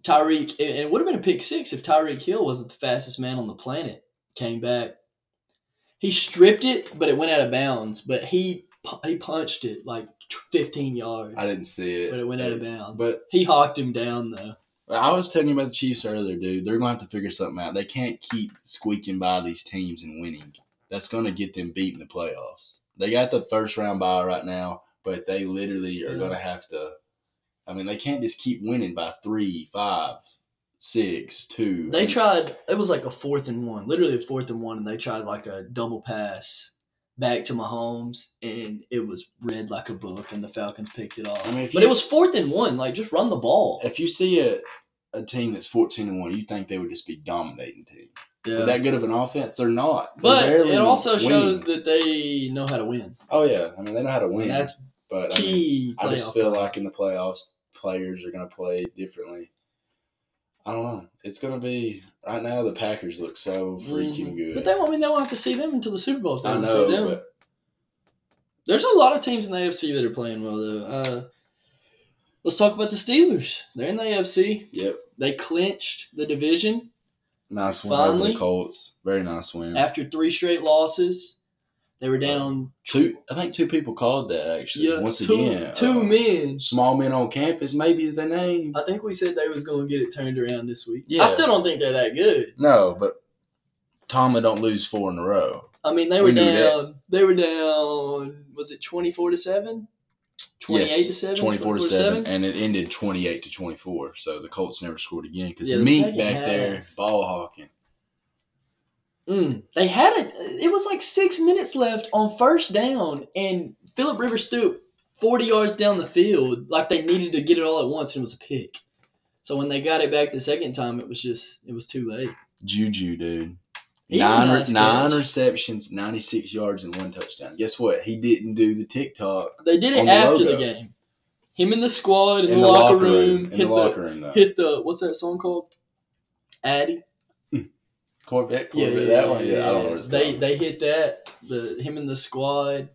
Speaker 2: Tyreek, and and it would have been a pick six if Tyreek Hill wasn't the fastest man on the planet. Came back. He stripped it, but it went out of bounds. But he pu- he punched it like 15 yards.
Speaker 3: I didn't see it,
Speaker 2: But it went out of bounds.
Speaker 3: But
Speaker 2: he hawked him down though.
Speaker 3: I was telling you about the Chiefs earlier, dude. They're gonna have to figure something out. They can't keep squeaking by these teams and winning. That's gonna get them beat in the playoffs. They got the first round bye right now, but they literally are
Speaker 2: Yeah.
Speaker 3: gonna have to. I mean, they can't just keep winning by three, five, six, two.
Speaker 2: They
Speaker 3: And
Speaker 2: tried. It was like a fourth and one, literally a fourth and one, and they tried like a double pass back to Mahomes, and it was read like a book, and the Falcons picked it off.
Speaker 3: I mean, if
Speaker 2: but
Speaker 3: you-
Speaker 2: it was fourth and one. Like, just run the ball.
Speaker 3: If you see a, a team that's fourteen and one, you think they would just be dominating team.
Speaker 2: Yeah.
Speaker 3: With that good of an offense, they're not. They're
Speaker 2: but
Speaker 3: barely
Speaker 2: it also
Speaker 3: winning.
Speaker 2: shows that they know how to win.
Speaker 3: Oh yeah, I mean they know how to
Speaker 2: And
Speaker 3: win.
Speaker 2: that's
Speaker 3: but I mean,
Speaker 2: key.
Speaker 3: I just
Speaker 2: playoff
Speaker 3: feel
Speaker 2: time.
Speaker 3: like in the playoffs, players are going to play differently. I don't know. It's going to be right now. The Packers look so freaking
Speaker 2: Mhm.
Speaker 3: good.
Speaker 2: But they won't. I mean, they won't have to see them until the Super Bowl. If they
Speaker 3: I
Speaker 2: don't see
Speaker 3: know,
Speaker 2: them.
Speaker 3: but
Speaker 2: There's a lot of teams in the AFC that are playing well though. Uh, let's talk about the Steelers. They're in the AFC.
Speaker 3: yep,
Speaker 2: They clinched the division.
Speaker 3: nice win over the
Speaker 2: Finally.
Speaker 3: Colts. Very nice win.
Speaker 2: after three straight losses. They were down
Speaker 3: two, I think two people called that actually.
Speaker 2: yeah,
Speaker 3: Uh, Once
Speaker 2: two,
Speaker 3: again,
Speaker 2: two
Speaker 3: uh,
Speaker 2: men. Uh,
Speaker 3: small men on campus maybe is their name.
Speaker 2: I think we said they was going to get it turned around this week.
Speaker 3: Yeah.
Speaker 2: I still don't think they're that good.
Speaker 3: no, but Tomlin don't lose four in a row.
Speaker 2: I mean, they
Speaker 3: We
Speaker 2: were
Speaker 3: knew that.
Speaker 2: down. They were down. Was it twenty four to seven? Twenty eight to seven.
Speaker 3: twenty four to seven, and it ended twenty eight to twenty four. So the Colts never scored again because
Speaker 2: Yeah, the
Speaker 3: Meek
Speaker 2: second
Speaker 3: back
Speaker 2: half.
Speaker 3: there ball hawking.
Speaker 2: Mm, they had it. It was like six minutes left on first down, and Philip Rivers threw it forty yards down the field, like they needed to get it all at once, and it was a pick. So when they got it back the second time, it was just it was too late.
Speaker 3: Juju, dude.
Speaker 2: He had a
Speaker 3: nine
Speaker 2: nice
Speaker 3: nine
Speaker 2: catch.
Speaker 3: receptions, ninety six yards, and one touchdown. Guess what? He didn't do the TikTok
Speaker 2: They did
Speaker 3: on
Speaker 2: it
Speaker 3: the
Speaker 2: after
Speaker 3: logo.
Speaker 2: the game. Him in the squad in,
Speaker 3: in,
Speaker 2: the, locker room,
Speaker 3: In
Speaker 2: hit
Speaker 3: the
Speaker 2: the,
Speaker 3: locker room, though.
Speaker 2: hit the what's that song called? Addy.
Speaker 3: Corvette, Corvette, that one. Yeah, I don't know what it's
Speaker 2: They
Speaker 3: called.
Speaker 2: they hit that. The him in the squad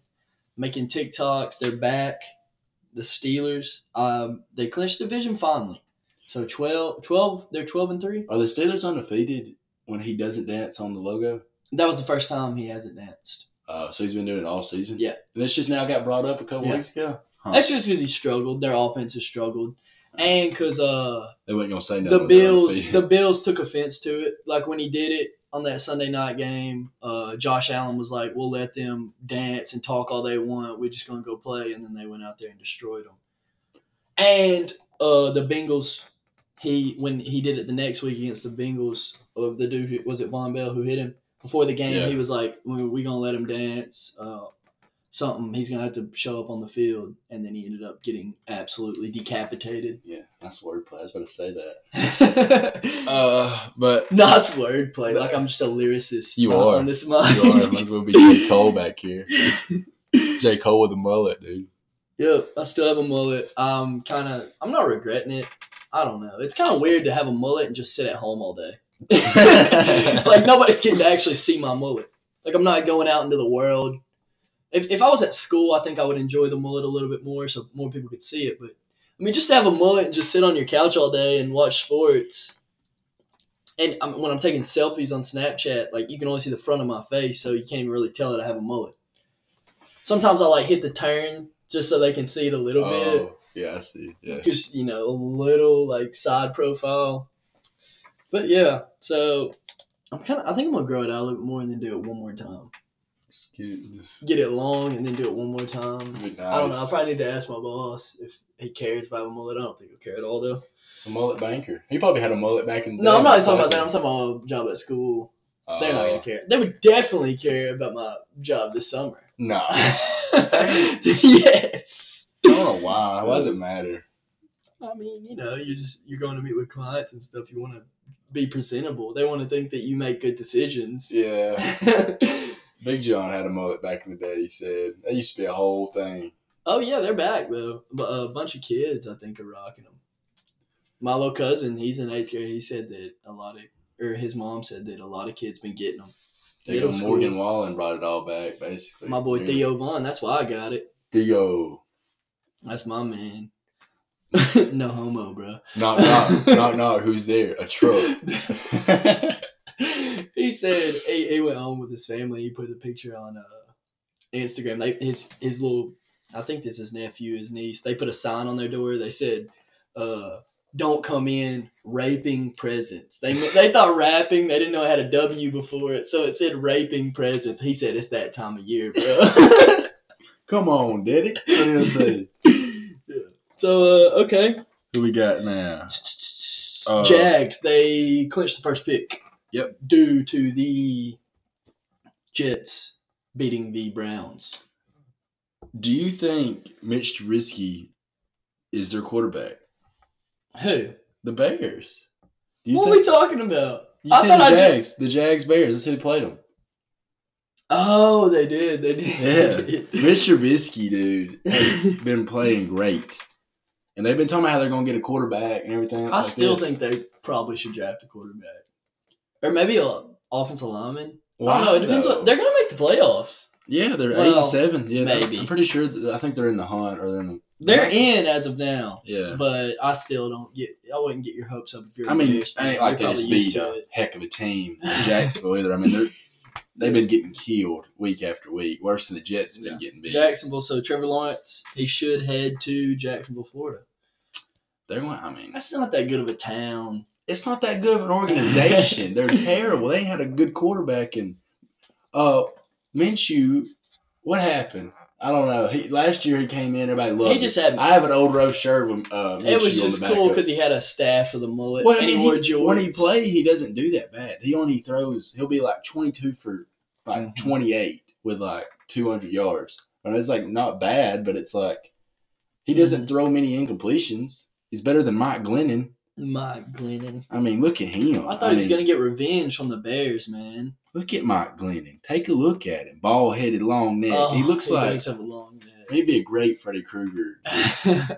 Speaker 2: making TikToks. They're back. The Steelers. Um, they clinched the division finally. So 12, 12 they're twelve and three.
Speaker 3: Are the Steelers undefeated when he doesn't dance on the logo?
Speaker 2: That was the first time he hasn't danced.
Speaker 3: Uh, so he's been doing it all season.
Speaker 2: Yeah.
Speaker 3: and this just now got brought up a couple
Speaker 2: Yeah.
Speaker 3: weeks ago. Huh.
Speaker 2: That's just because he struggled. Their offense has struggled, and because uh,
Speaker 3: They weren't gonna say nothing.
Speaker 2: the
Speaker 3: about their
Speaker 2: Bills
Speaker 3: feet.
Speaker 2: the Bills took offense to it. Like when he did it on that Sunday night game, uh, Josh Allen was like, "We'll let them dance and talk all they want. We're just gonna go play." And then they went out there and destroyed them. And uh, the Bengals, he when he did it the next week against the Bengals, of the dude who, was it Von Bell who hit him before the game,
Speaker 3: Yeah.
Speaker 2: he was like, "We- "We're gonna let him dance." Uh, Something he's gonna have to show up on the field, and then he ended up getting absolutely decapitated. *laughs*
Speaker 3: *laughs* yeah, that's wordplay. I was about to say that.
Speaker 2: uh,
Speaker 3: Uh, but
Speaker 2: Nice wordplay. Like I'm just a lyricist.
Speaker 3: You
Speaker 2: uh,
Speaker 3: are.
Speaker 2: on this mic.
Speaker 3: you are might as well be J Cole back here. J Cole with a mullet, dude.
Speaker 2: *laughs* Yep. I still have a mullet. I'm kind of. I'm not regretting it. I don't know. It's kind of weird to have a mullet and just sit at home all day.
Speaker 3: *laughs*
Speaker 2: like nobody's getting to actually see my mullet. Like I'm not going out into the world. If if I was at school, I think I would enjoy the mullet a little bit more, so more people could see it. But I mean, just to have a mullet and just sit on your couch all day and watch sports. And i when I'm taking selfies on Snapchat, like you can only see the front of my face, so you can't even really tell that I have a mullet. Sometimes I like hit the turn just so they can see it a little bit
Speaker 3: Oh, yeah, I see. Yeah.
Speaker 2: just you know a little like side profile but yeah so i'm kind of i think i'm gonna grow it out a little bit more and then do it one more time
Speaker 3: Just cute.
Speaker 2: get it long and then do it one more time i don't know i probably need to ask my boss if he cares if i have a mullet i don't think he'll care at all though
Speaker 3: a mullet banker. He probably had a mullet back in the
Speaker 2: no
Speaker 3: day.
Speaker 2: i'm not even talking about that i'm talking about a job at school they're not gonna
Speaker 3: Uh,
Speaker 2: care they would definitely care about my job this *laughs* summer
Speaker 3: Nah.
Speaker 2: yes
Speaker 3: I don't know why. Why does it matter?
Speaker 2: I mean, you know, you're just you're going to meet with clients and stuff. You want to be presentable. They want to think that you make good decisions.
Speaker 3: Yeah. Big John had a mullet back in the day, he said. That used to be a whole thing.
Speaker 2: *laughs* oh yeah, they're back though. But a bunch of kids, I think, are rocking them. My little cousin, he's in eighth grade. He said that a lot of, or his mom said that a lot of kids been getting them.
Speaker 3: They
Speaker 2: Middle
Speaker 3: got
Speaker 2: school.
Speaker 3: Morgan Wallen brought it all back, basically.
Speaker 2: My boy
Speaker 3: Yeah.
Speaker 2: Theo Vaughn, that's why I got it.
Speaker 3: Theo.
Speaker 2: That's my man. no homo, bro. *laughs*
Speaker 3: Knock, knock. knock, knock. Who's there? A truck. *laughs*
Speaker 2: he said he, he went home with his family. He put a picture on uh, Instagram. They, his his little, I think this is his nephew, his niece. They put a sign on their door. They said, uh, "Don't come in raping presents." They meant- they thought rapping. They didn't know it had a W before it, so it said raping presents. He said it's that time of year, *laughs* bro.
Speaker 3: Come on, Daddy. What did I say?
Speaker 2: so uh, okay,
Speaker 3: Who we got now? Uh,
Speaker 2: Jags, they clinched the first pick.
Speaker 3: Yep.
Speaker 2: Due to the Jets beating the Browns.
Speaker 3: Do you think Mitch Trubisky is their quarterback?
Speaker 2: Who?
Speaker 3: The Bears. Do you
Speaker 2: what are we
Speaker 3: think?
Speaker 2: talking about?
Speaker 3: you
Speaker 2: I
Speaker 3: said
Speaker 2: thought I
Speaker 3: the
Speaker 2: did-
Speaker 3: Jags. The Jags Bears. That's who played them.
Speaker 2: Oh, they did. They did. *laughs*
Speaker 3: Yeah.
Speaker 2: They did.
Speaker 3: Mitch Trubisky, dude,
Speaker 2: *laughs*
Speaker 3: has been playing great, and they've been talking about how they're going to get a quarterback and everything. Else
Speaker 2: I
Speaker 3: like
Speaker 2: still
Speaker 3: this.
Speaker 2: think they probably should draft a quarterback. Or maybe a offensive lineman.
Speaker 3: Why,
Speaker 2: I don't know. It depends.
Speaker 3: though?
Speaker 2: What, they're going to make the playoffs.
Speaker 3: yeah, they're eight
Speaker 2: Well,
Speaker 3: and seven. Yeah,
Speaker 2: maybe.
Speaker 3: I'm pretty sure. That, I think they're in the hunt or they're in the.
Speaker 2: They're in as of now.
Speaker 3: Yeah.
Speaker 2: But I still don't get. I wouldn't get your hopes up if you're.
Speaker 3: I
Speaker 2: a
Speaker 3: mean,
Speaker 2: Bears fan.
Speaker 3: I ain't like
Speaker 2: You're
Speaker 3: they just
Speaker 2: probably used
Speaker 3: beat
Speaker 2: to
Speaker 3: a
Speaker 2: it.
Speaker 3: heck of a team, Jacksonville either. I mean, they're they've been getting killed week after week, worse than the Jets have been getting beat.
Speaker 2: Jacksonville. So Trevor Lawrence, he should head to Jacksonville, Florida.
Speaker 3: They're going. I mean,
Speaker 2: That's not that good of a town.
Speaker 3: it's not that good of *laughs* an organization. They're terrible. They ain't had a good quarterback and uh Minshew, what happened? I don't know. He last year he came in, everybody loved
Speaker 2: he just
Speaker 3: him.
Speaker 2: had.
Speaker 3: I have an old row shirt of uh, Minshew
Speaker 2: it was
Speaker 3: on
Speaker 2: just
Speaker 3: the back
Speaker 2: cool
Speaker 3: of it.
Speaker 2: because he had a staff for the mullet.
Speaker 3: Well, I
Speaker 2: and
Speaker 3: mean,
Speaker 2: he wore
Speaker 3: he- when he
Speaker 2: jorts.
Speaker 3: plays, he doesn't do that bad. He only throws. He'll be like twenty two for like
Speaker 2: Mhm.
Speaker 3: eight with like two hundred yards. And it's like not bad, but it's like he
Speaker 2: Mm-hmm.
Speaker 3: doesn't throw many incompletions. He's better than Mike Glennon.
Speaker 2: Mike Glennon.
Speaker 3: I mean, look at him.
Speaker 2: I thought he was
Speaker 3: mean,
Speaker 2: gonna get revenge on the Bears, man.
Speaker 3: Look at Mike Glennon. Take a look at him. Bald headed, long neck.
Speaker 2: Oh,
Speaker 3: he looks like
Speaker 2: does have a long neck.
Speaker 3: he'd be a great Freddy Krueger.
Speaker 2: *laughs*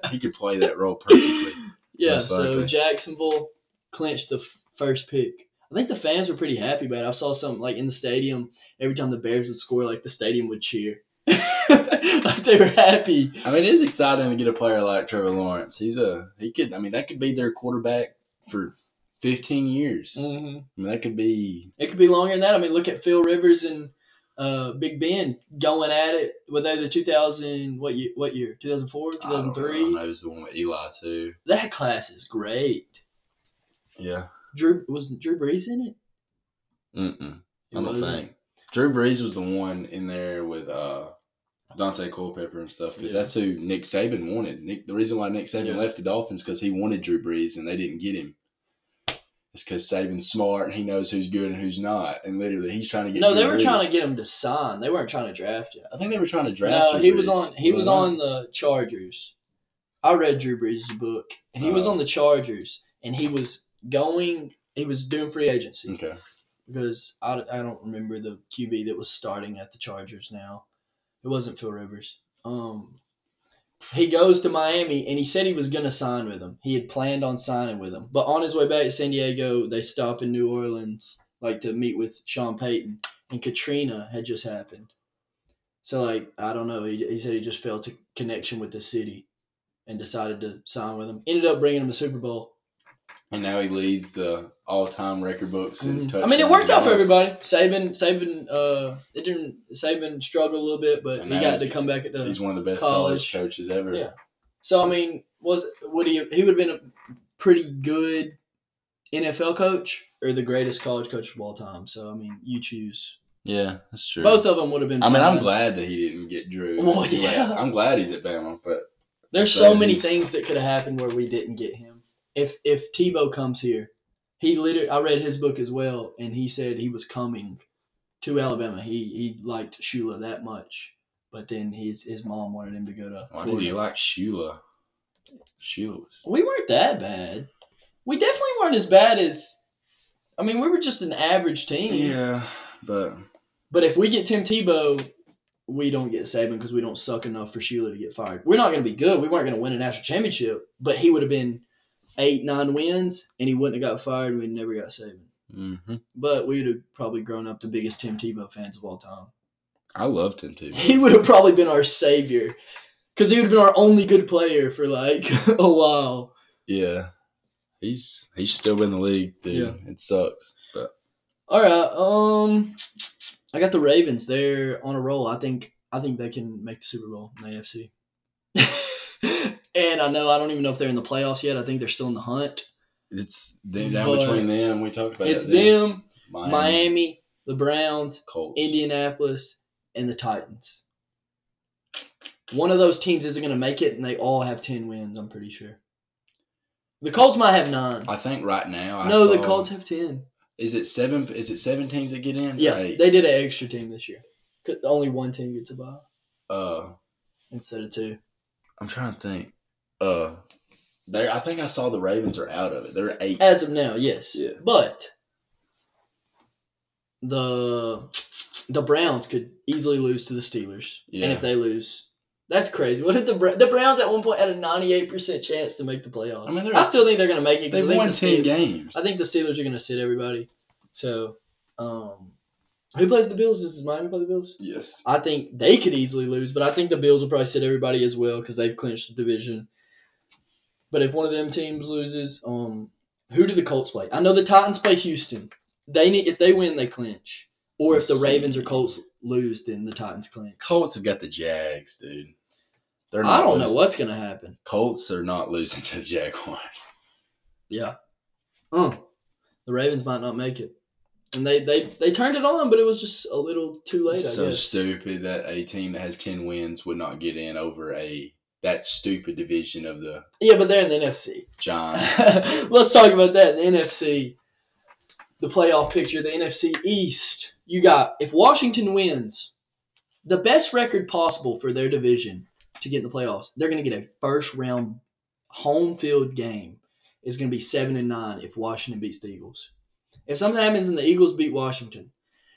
Speaker 3: he could play that role perfectly.
Speaker 2: yeah.
Speaker 3: most
Speaker 2: So
Speaker 3: likely.
Speaker 2: Jacksonville clinched the f- first pick. I think the fans were pretty happy about it. I saw something like in the stadium. Every time the Bears would score, like the stadium would cheer. *laughs* like they were happy.
Speaker 3: I mean, it is exciting to get a player like Trevor Lawrence. He's a he could. I mean, that could be their quarterback for fifteen years. I
Speaker 2: Mm-hmm.
Speaker 3: mean, that could be
Speaker 2: It could be longer than that. I mean, look at Phil Rivers and uh, uh, Big Ben going at it with the 2000 what year? What year? 2004,
Speaker 3: I don't know.
Speaker 2: 2003.
Speaker 3: I know it's the one with Eli too.
Speaker 2: That class is great.
Speaker 3: Yeah.
Speaker 2: Drew was Drew Brees in it?
Speaker 3: Mm-mm.
Speaker 2: It
Speaker 3: I don't
Speaker 2: wasn't.
Speaker 3: think. Drew Brees was the one in there with uh, Dante Culpepper and stuff because
Speaker 2: Yeah.
Speaker 3: that's who Nick Saban wanted. Nick, the reason why Nick Saban
Speaker 2: Yeah.
Speaker 3: left the Dolphins because he wanted Drew Brees and they didn't get him. It's because Saban's smart and he knows who's good and who's not, and literally he's trying to get.
Speaker 2: No,
Speaker 3: Drew
Speaker 2: they were
Speaker 3: Brees.
Speaker 2: trying to get him to sign. They weren't trying to draft him.
Speaker 3: I think they were trying to draft.
Speaker 2: No,
Speaker 3: Drew
Speaker 2: he was
Speaker 3: Brees.
Speaker 2: on. He
Speaker 3: Were
Speaker 2: was
Speaker 3: they not?
Speaker 2: on the Chargers. I read Drew Brees' book. He was
Speaker 3: Oh.
Speaker 2: on the Chargers, and he was going. He was doing free agency
Speaker 3: Okay.
Speaker 2: because I, I don't remember the QB that was starting at the Chargers. Now it wasn't Phil Rivers. Um, he goes to Miami, and he said he was gonna sign with him. He had planned on signing with him, but on his way back to San Diego, they stop in New Orleans, like to meet with Sean Payton, and Katrina had just happened. So like I don't know. He, he said he just felt a connection with the city, and decided to sign with him. Ended up bringing him a Super Bowl.
Speaker 3: And now he leads the all-time record books. in
Speaker 2: Mhm. I mean, it
Speaker 3: touchdowns
Speaker 2: worked out for
Speaker 3: and yards.
Speaker 2: everybody. Saban, Saban, uh, it didn't. Saban struggled a little bit, but
Speaker 3: And
Speaker 2: he
Speaker 3: now
Speaker 2: got
Speaker 3: he's-
Speaker 2: to come back at the.
Speaker 3: He's one of the best
Speaker 2: College.
Speaker 3: college, coaches ever.
Speaker 2: Yeah. So I mean, was would he? He would have been a pretty good NFL coach or the greatest college coach of all time. So I mean, you choose.
Speaker 3: Yeah, that's true.
Speaker 2: Both of them would have been.
Speaker 3: I mean, I'm
Speaker 2: fine.
Speaker 3: glad that he didn't get Drew.
Speaker 2: Well,
Speaker 3: Like,
Speaker 2: yeah.
Speaker 3: I'm glad he's at Bama, but
Speaker 2: There's
Speaker 3: So
Speaker 2: so many
Speaker 3: he's-
Speaker 2: things that could have happened where we didn't get him. If if Tebow comes here, he literally I read his book as well, and he said he was coming to Alabama. He he liked Shula that much, but then his his mom wanted him to go to
Speaker 3: why did
Speaker 2: Florida.
Speaker 3: he like Shula? Shula was.
Speaker 2: we weren't that bad. We definitely weren't as bad as. I mean, we were just an average team.
Speaker 3: Yeah, but
Speaker 2: But if we get Tim Tebow, we don't get Saban because we don't suck enough for Shula to get fired. We're not going to be good. We weren't going to win a national championship, but he would have been eight, nine wins, and he wouldn't have got fired. We never got Saban.
Speaker 3: hmm
Speaker 2: But we'd have probably grown up the biggest Tim Tebow fans of all time.
Speaker 3: I loved him too.
Speaker 2: He would have probably been our savior because he would have been our only good player for like *laughs* a while.
Speaker 3: Yeah, he's he's still in the league, dude. It sucks. But
Speaker 2: All right, um, I got the Ravens. They're on a roll. I think I think they can make the Super Bowl in the AFC. *laughs* and I know I don't even know if they're in the playoffs yet. I think they're still in the hunt.
Speaker 3: it's then now
Speaker 2: But-
Speaker 3: between them. We talked about
Speaker 2: it's
Speaker 3: that, dude.
Speaker 2: them, Miami. the Browns,
Speaker 3: Colts.
Speaker 2: Indianapolis, and the Titans. One of those teams isn't going to make it, and they all have ten wins. I'm pretty sure. The Colts might have nine.
Speaker 3: I think right now. I
Speaker 2: no, the
Speaker 3: saw-
Speaker 2: Colts have ten.
Speaker 3: Is it seven? Is it seven teams that get in?
Speaker 2: Yeah,
Speaker 3: Eight.
Speaker 2: they did an extra team this year. 'Cause Only one team gets a bye
Speaker 3: uh,
Speaker 2: instead of two.
Speaker 3: I'm trying to think. Uh, they. I think I saw the Ravens are out of it. They're eight.
Speaker 2: As of now, yes.
Speaker 3: Yeah.
Speaker 2: But the the Browns could easily lose to the Steelers, and
Speaker 3: Yeah.
Speaker 2: if they lose, that's crazy. What if the Bra- the Browns at one point had a ninety eight percent chance to make the playoffs?
Speaker 3: I mean, they're-
Speaker 2: I still think they're going to make it. 'cause I
Speaker 3: They've
Speaker 2: think
Speaker 3: won
Speaker 2: the
Speaker 3: ten
Speaker 2: Steelers-
Speaker 3: games.
Speaker 2: I think the Steelers are going to sit everybody. So, um, who plays the Bills? Is Miami play the Bills?
Speaker 3: Yes.
Speaker 2: I think they could easily lose, but I think the Bills will probably sit everybody as well because they've clinched the division. But if one of them teams loses, um, who do the Colts play? I know the Titans play Houston. They need if they win, they clinch. Or if the
Speaker 3: Let's see.
Speaker 2: Ravens or Colts lose, then the Titans clinch.
Speaker 3: Colts have got the Jags, dude. They're
Speaker 2: I don't know
Speaker 3: losing.
Speaker 2: what's gonna happen.
Speaker 3: Colts are not losing to the Jaguars.
Speaker 2: Yeah. Mm. The Ravens might not make it. And they, they, they turned it on, but it was just a little too late,
Speaker 3: It's
Speaker 2: I
Speaker 3: so
Speaker 2: guess.
Speaker 3: stupid that a team that has ten wins would not get in over a that stupid division of the
Speaker 2: Yeah, but they're in the NFC.
Speaker 3: Giants.
Speaker 2: *laughs* Let's talk about that. The NFC, the playoff picture, the NFC East. You got, if Washington wins, the best record possible for their division to get in the playoffs, they're going to get a first round home field game. It's going to be 7 and 9 if Washington beats the Eagles. If something happens and the Eagles beat Washington,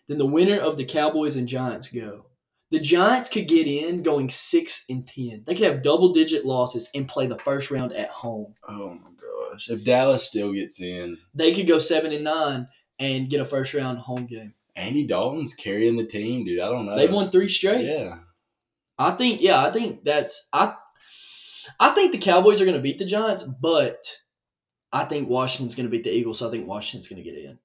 Speaker 2: then the winner of the Cowboys and Giants go. The Giants could get in going 6 and 10. They could have double digit losses and play the first round at home
Speaker 3: oh my gosh! If Dallas still gets in,
Speaker 2: they could go seven and nine and get a first round home game.
Speaker 3: Andy Dalton's carrying the team, dude. I don't know.
Speaker 2: They won three straight.
Speaker 3: Uh, Yeah.
Speaker 2: I think yeah, I think that's I I think the Cowboys are gonna beat the Giants, but I think Washington's gonna beat the Eagles, so I think Washington's gonna get in.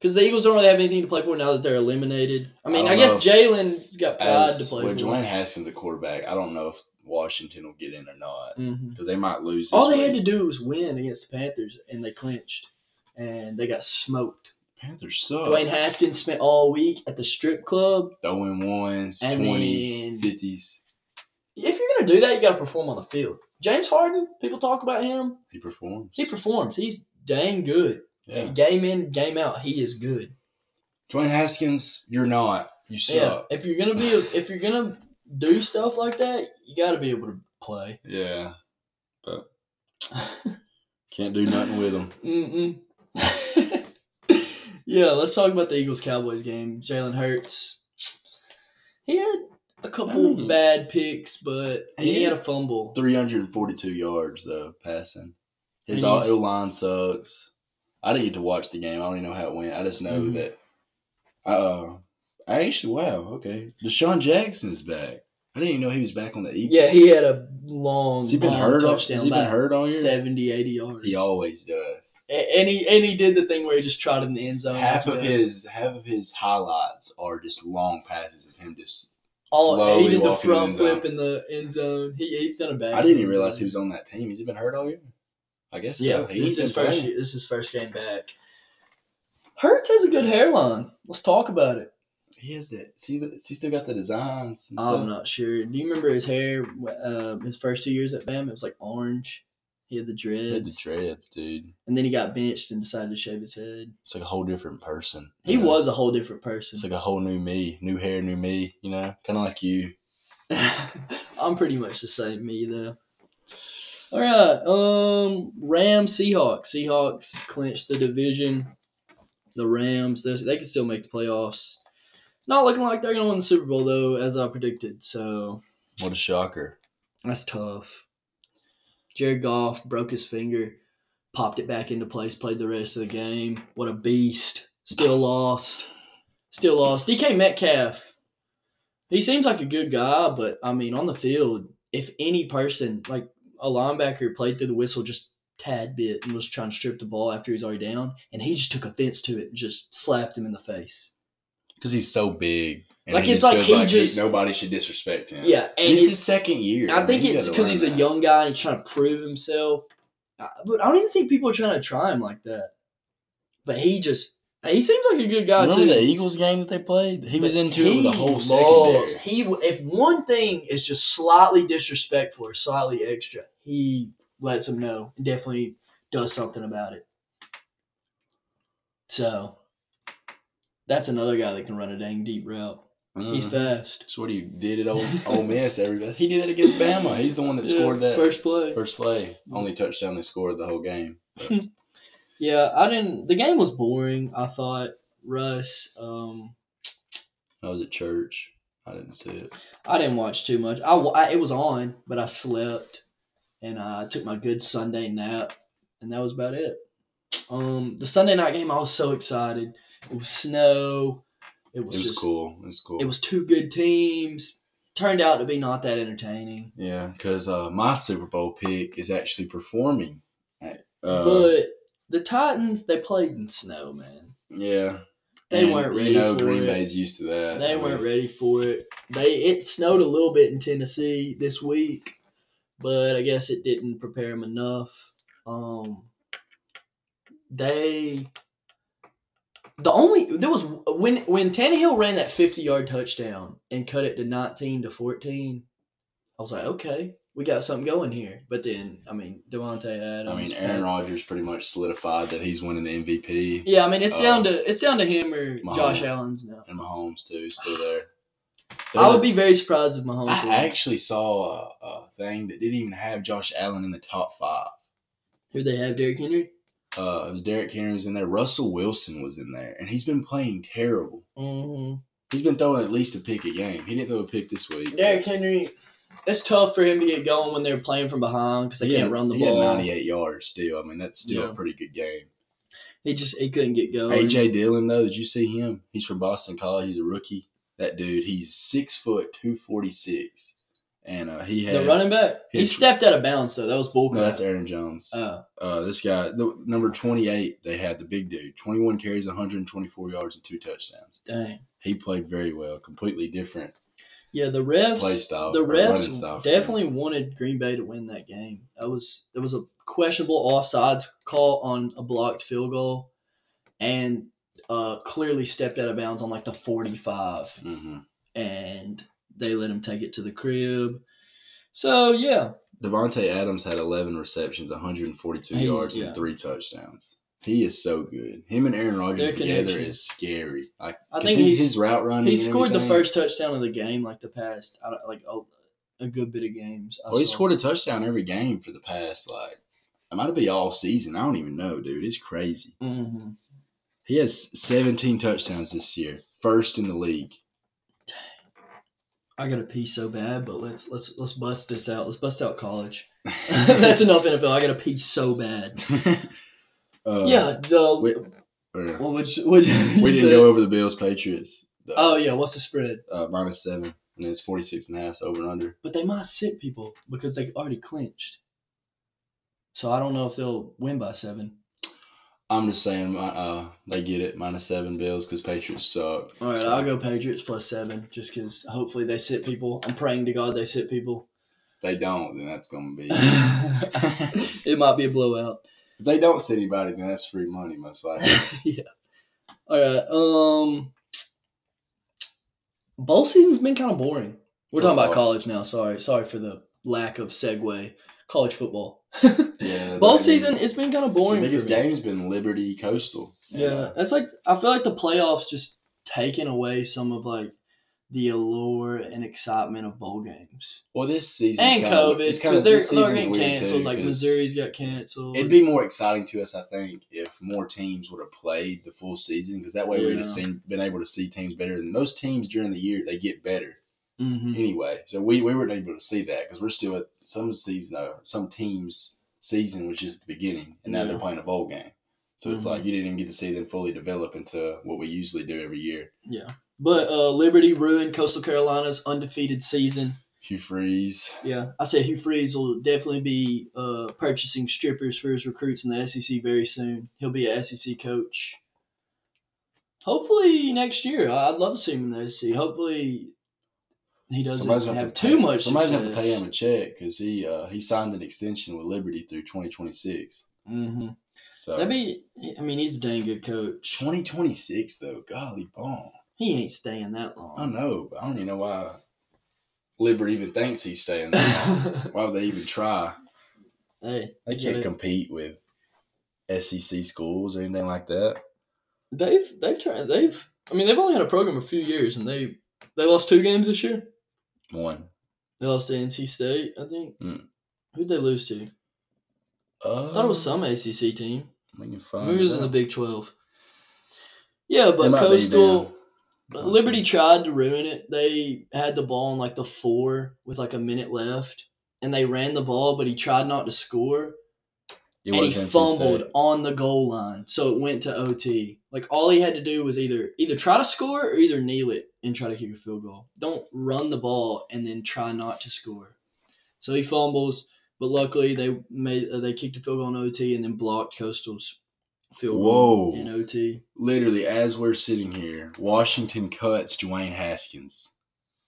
Speaker 2: Because the Eagles don't really have anything to play for now that they're eliminated. I mean,
Speaker 3: I
Speaker 2: I,
Speaker 3: don't
Speaker 2: guess
Speaker 3: know
Speaker 2: Jalen's got pride to
Speaker 3: As
Speaker 2: play
Speaker 3: with
Speaker 2: for.
Speaker 3: Dwayne Haskins at quarterback, I don't know if Washington will get in or not
Speaker 2: Mhm.
Speaker 3: because they might lose. This
Speaker 2: All they
Speaker 3: week.
Speaker 2: had to do was win against the Panthers, and they clinched, and they got smoked.
Speaker 3: Panthers suck.
Speaker 2: Dwayne Haskins spent all week at the strip club.
Speaker 3: Throwing ones,
Speaker 2: I
Speaker 3: twenties,
Speaker 2: mean-
Speaker 3: fifties.
Speaker 2: If you're gonna do that, you gotta perform on the field. James Harden, people talk about him.
Speaker 3: He performed.
Speaker 2: He performs. He's dang good.
Speaker 3: Yeah.
Speaker 2: Game in, game out, he is good.
Speaker 3: Dwayne Haskins, you're not. You
Speaker 2: yeah.
Speaker 3: suck.
Speaker 2: If you're gonna be, a- if you're gonna do stuff like that, you gotta be able to play.
Speaker 3: Yeah.
Speaker 2: *laughs*
Speaker 3: But can't do nothing with him.
Speaker 2: Mm-mm. *laughs* yeah, let's talk about the Eagles Cowboys game. Jalen Hurts. He had a couple
Speaker 3: I mean-
Speaker 2: bad picks, but and he
Speaker 3: He-
Speaker 2: had a fumble.
Speaker 3: 342 yards though passing. His
Speaker 2: And he's-
Speaker 3: O line sucks. I didn't get to watch the game. I don't even know how it went. I just know
Speaker 2: Mhm.
Speaker 3: that. Uh, I actually wow. Okay, Deshaun Jackson is back. I didn't even know he was back on the Eagles.
Speaker 2: Yeah, he had a long
Speaker 3: has he been
Speaker 2: long
Speaker 3: hurt? All, has
Speaker 2: touchdown
Speaker 3: he
Speaker 2: by
Speaker 3: been hurt all year?
Speaker 2: 70, 80 yards.
Speaker 3: He always does.
Speaker 2: A- and he and he did the thing where he just trotted in the end zone.
Speaker 3: half
Speaker 2: after
Speaker 3: of
Speaker 2: that.
Speaker 3: his half of his highlights are just long passes of him just.
Speaker 2: all he
Speaker 3: slowly
Speaker 2: did the
Speaker 3: walking in
Speaker 2: front
Speaker 3: the
Speaker 2: flip in the end zone. He he's done a bad.
Speaker 3: I didn't even realize he was on that team. Has he been hurt all year? I guess
Speaker 2: Yeah,
Speaker 3: so. He
Speaker 2: this is
Speaker 3: ain't
Speaker 2: his
Speaker 3: been
Speaker 2: first.
Speaker 3: playing.
Speaker 2: year- This is his first game back. Hurts has a good hairline. Let's talk about it.
Speaker 3: He has that. See, he still got the designs. And stuff.
Speaker 2: I'm not sure. Do you remember his hair? wh- Uh, his first two years at Bama, it was like orange. He had the dreads,
Speaker 3: He had the dreads, dude.
Speaker 2: and then he got benched and decided to shave his head.
Speaker 3: It's like a whole different person.
Speaker 2: He
Speaker 3: you know?
Speaker 2: was a whole different person.
Speaker 3: It's like a whole new me, new hair, new me. You know, kind of like you.
Speaker 2: *laughs* I'm pretty much the same, me though. All right, um, Rams Seahawks. Seahawks clinched the division. The Rams, they they can still make the playoffs. Not looking like they're gonna win the Super Bowl though, as I predicted. So
Speaker 3: What a shocker!
Speaker 2: that's tough. Jared Goff broke his finger, popped it back into place, played the rest of the game. What a beast! Still lost. Still lost. DK Metcalf. He seems like a good guy, but I mean, on the field, if any person, like a linebacker, played through the whistle just tad bit and was trying to strip the ball after he was already down, and he just took offense to it and just slapped him in the face.
Speaker 3: Because he's so big.
Speaker 2: Like,
Speaker 3: he
Speaker 2: it's
Speaker 3: just
Speaker 2: like
Speaker 3: feels
Speaker 2: he just-
Speaker 3: nobody should disrespect him.
Speaker 2: Yeah, and
Speaker 3: It's
Speaker 2: it's-
Speaker 3: his second year.
Speaker 2: I
Speaker 3: mean,
Speaker 2: think
Speaker 3: you
Speaker 2: it's
Speaker 3: gotta
Speaker 2: because
Speaker 3: learn
Speaker 2: he's a
Speaker 3: that.
Speaker 2: young guy and he's trying to prove himself. Uh, But I don't even think people are trying to try him like that. But he just uh, he seems like a good guy
Speaker 3: Remember
Speaker 2: too.
Speaker 3: the Eagles game that they played? He was
Speaker 2: But
Speaker 3: into it with the whole
Speaker 2: he
Speaker 3: secondary.
Speaker 2: loves- He if one thing is just slightly disrespectful or slightly extra, he lets him know and definitely does something about it. So that's another guy that can run a dang deep route. He's
Speaker 3: Mhm.
Speaker 2: fast.
Speaker 3: That's what he did at Ole,
Speaker 2: *laughs*
Speaker 3: Ole Miss. Everybody, he did that against Bama. He's the one that scored
Speaker 2: Yeah, Mm.
Speaker 3: that first,
Speaker 2: first play.
Speaker 3: play, only touchdown they scored the whole game.
Speaker 2: Yeah, I didn't. The game was boring. I thought Russ. Um,
Speaker 3: I was at church. I didn't see it.
Speaker 2: I didn't watch too much. I, wa- I- it was on, but I slept, and I took my good Sunday nap, and that was about it. Um, the Sunday night game, I was so excited. It was snow. It
Speaker 3: It
Speaker 2: was,
Speaker 3: was
Speaker 2: just,
Speaker 3: cool. It was cool.
Speaker 2: It was two good teams. Turned out to be not that entertaining,
Speaker 3: Yeah, because uh, my Super Bowl pick is actually performing. Uh,
Speaker 2: but the Titans they played in snow, man.
Speaker 3: yeah,
Speaker 2: They weren't ready
Speaker 3: You know,
Speaker 2: for
Speaker 3: Green
Speaker 2: it.
Speaker 3: Bay's used to that.
Speaker 2: They
Speaker 3: I mean,
Speaker 2: weren't ready for it. They it snowed a little bit in Tennessee this week, but I guess it didn't prepare them enough. Um, they the only there was when when Tannehill ran that fifty yard touchdown and cut it to nineteen to fourteen. I was like, okay, we got something going here. But then, I mean, Devontae Adams.
Speaker 3: I mean, Aaron Rodgers pretty much solidified that he's winning the MVP,
Speaker 2: Yeah, I mean, it's
Speaker 3: uh,
Speaker 2: down to it's down to him or
Speaker 3: Mahomes.
Speaker 2: Josh Allen's now.
Speaker 3: and Mahomes too, is still there.
Speaker 2: I would be very surprised if Mahomes. wins.
Speaker 3: I actually saw a, a thing that didn't even have Josh Allen in the top five.
Speaker 2: Who they have, Derrick Henry?
Speaker 3: Uh, it was Derek Henry was in there. Russell Wilson was in there, and he's been playing terrible.
Speaker 2: Mm-hmm.
Speaker 3: He's been throwing at least a pick a game. He didn't throw a pick this week.
Speaker 2: Derrick Henry, it's tough for him to get going when they're playing from behind because they
Speaker 3: He
Speaker 2: can't
Speaker 3: had-
Speaker 2: run the
Speaker 3: he had
Speaker 2: ball.
Speaker 3: 98 yards still. I mean, that's still
Speaker 2: Yeah. Oh,
Speaker 3: a pretty good game.
Speaker 2: He just he couldn't get going.
Speaker 3: AJ Dillon, though, did you see him? He's from Boston College. He's a rookie. That dude, he's six foot two forty six, and uh, he had
Speaker 2: The running back. He
Speaker 3: his-
Speaker 2: stepped out of bounds though. That was bull
Speaker 3: No,
Speaker 2: crap.
Speaker 3: that's Aaron Jones.
Speaker 2: Oh,
Speaker 3: Uh, this guy, the, number twenty-eight, they had the big dude. Twenty-one carries, one hundred and twenty-four yards, and two touchdowns.
Speaker 2: dang.
Speaker 3: He played very well. Completely different
Speaker 2: Yeah, the
Speaker 3: play
Speaker 2: refs.
Speaker 3: style.
Speaker 2: The
Speaker 3: or running
Speaker 2: refs
Speaker 3: style for him.
Speaker 2: definitely wanted Green Bay to win that game. That was there was a questionable offsides call on a blocked field goal, and uh, clearly stepped out of bounds on like the forty-five,
Speaker 3: Mhm.
Speaker 2: and they let him take it to the crib. So yeah,
Speaker 3: Devontae Adams had eleven receptions, one hundred and forty-two
Speaker 2: He's-
Speaker 3: yards,
Speaker 2: yeah.
Speaker 3: and three touchdowns. He is so good. Him and Aaron Rodgers
Speaker 2: Their
Speaker 3: together
Speaker 2: connection.
Speaker 3: is scary. Like,
Speaker 2: I
Speaker 3: 'cause
Speaker 2: think
Speaker 3: his,
Speaker 2: he's,
Speaker 3: his route running.
Speaker 2: he
Speaker 3: and
Speaker 2: scored the
Speaker 3: everything-
Speaker 2: first touchdown of the game like the past I don't, like a, a good bit of games. I
Speaker 3: Well, he
Speaker 2: saw.
Speaker 3: scored a touchdown every game for the past like it might be all season. I don't even know, dude. It's crazy.
Speaker 2: Mhm.
Speaker 3: He has 17 touchdowns this year, first in the league.
Speaker 2: I gotta pee so bad, but let's let's let's bust this out. Let's bust out
Speaker 3: *laughs*
Speaker 2: college. *laughs* *laughs* That's enough NFL. I gotta pee so bad.
Speaker 3: Uh,
Speaker 2: yeah, the
Speaker 3: we- or-
Speaker 2: what would you, would *laughs* you
Speaker 3: *laughs* we didn't
Speaker 2: say?
Speaker 3: go over the Bills Patriots. The,
Speaker 2: Oh yeah, what's the spread?
Speaker 3: uh, minus seven, and it's 46 and a half, so over and under.
Speaker 2: But they might sit people because they already clinched. So I don't know if they'll win by seven.
Speaker 3: I'm just saying, my- uh, they get it minus seven Bills because Patriots suck.
Speaker 2: All right,
Speaker 3: So,
Speaker 2: I'll go Patriots plus seven just because hopefully they sit people. I'm praying to God they sit people.
Speaker 3: If they don't, then that's gonna be. if
Speaker 2: it might be a blowout.
Speaker 3: they don't sit anybody, then that's free money
Speaker 2: *laughs*
Speaker 3: most likely.
Speaker 2: yeah. All right. Um, bowl season's been kind of boring. We're talking about
Speaker 3: Football.
Speaker 2: college now. Sorry, sorry for the lack of segue. College
Speaker 3: *laughs*
Speaker 2: football. *laughs*
Speaker 3: Yeah,
Speaker 2: bowl
Speaker 3: that-
Speaker 2: season, it's been kind of boring.
Speaker 3: The biggest
Speaker 2: for me.
Speaker 3: game's been Liberty Coastal. uh,
Speaker 2: Yeah, it's like I feel like the playoffs just taking away some of like the allure and excitement of bowl games
Speaker 3: Well, this season
Speaker 2: and COVID because they're, they're getting canceled. like Missouri's got canceled.
Speaker 3: It'd be more exciting to us, I think, if more teams would have played the full season because that way we'd
Speaker 2: Yeah.
Speaker 3: have seen, been able to see teams better. And most teams during the year they get better
Speaker 2: Mhm.
Speaker 3: anyway. So we, we weren't able to see that because we're still at some season or some teams season was just at the beginning, and now
Speaker 2: Yeah.
Speaker 3: they're playing a bowl game. So it's
Speaker 2: Mhm.
Speaker 3: like you didn't even get to see them fully develop into what we usually do every year.
Speaker 2: yeah. But uh, Liberty ruined Coastal Carolina's undefeated season.
Speaker 3: Hugh Freeze.
Speaker 2: Yeah, I said Hugh Freeze will definitely be uh, purchasing strippers for his recruits in the SEC very soon. He'll be a SEC coach. Hopefully next year. I- I'd love to see him in the SEC. Hopefully he doesn't
Speaker 3: Somebody's
Speaker 2: have,
Speaker 3: gonna to
Speaker 2: too
Speaker 3: pay-
Speaker 2: much.
Speaker 3: Somebody's gonna have to pay
Speaker 2: success.
Speaker 3: him a check because he uh, he signed an extension with Liberty through twenty twenty six.
Speaker 2: Mhm.
Speaker 3: So
Speaker 2: That'd be. I mean, he's a dang good coach.
Speaker 3: twenty twenty six though. Golly, bomb.
Speaker 2: He ain't staying that *laughs*
Speaker 3: I
Speaker 2: long.
Speaker 3: know, but I don't even know why Liberty even thinks he's
Speaker 2: *laughs*
Speaker 3: staying there. why would they even try?
Speaker 2: hey,
Speaker 3: They can't
Speaker 2: Yeah.
Speaker 3: compete with SEC schools or anything like that.
Speaker 2: they've they've turned they've. I mean, they've only had a program a few years, and they they lost two games this year.
Speaker 3: One.
Speaker 2: They lost to NC State, I think.
Speaker 3: Mm.
Speaker 2: Who'd they lose to?
Speaker 3: Uh,
Speaker 2: I thought it was some ACC team.
Speaker 3: We Oh, can find
Speaker 2: Maybe it was
Speaker 3: it
Speaker 2: in
Speaker 3: out.
Speaker 2: the Big Twelve. Yeah,
Speaker 3: It
Speaker 2: but
Speaker 3: might be
Speaker 2: Coastal uh,
Speaker 3: them.
Speaker 2: Liberty tried to ruin it. They had the ball on like the four with like a minute left, and they ran the ball, but he tried not to score,
Speaker 3: It
Speaker 2: and he
Speaker 3: was NC
Speaker 2: fumbled
Speaker 3: State.
Speaker 2: on the goal line, so it went to OT. Like all he had to do was either either try to score or either kneel it and try to kick a field goal. Don't run the ball and then try not to score. So he fumbles, but luckily they made uh, they kicked a field goal in OT and then blocked Coastal's field goal
Speaker 3: Whoa.
Speaker 2: in OT.
Speaker 3: Literally, as we're sitting here, Washington cuts Dwayne Haskins.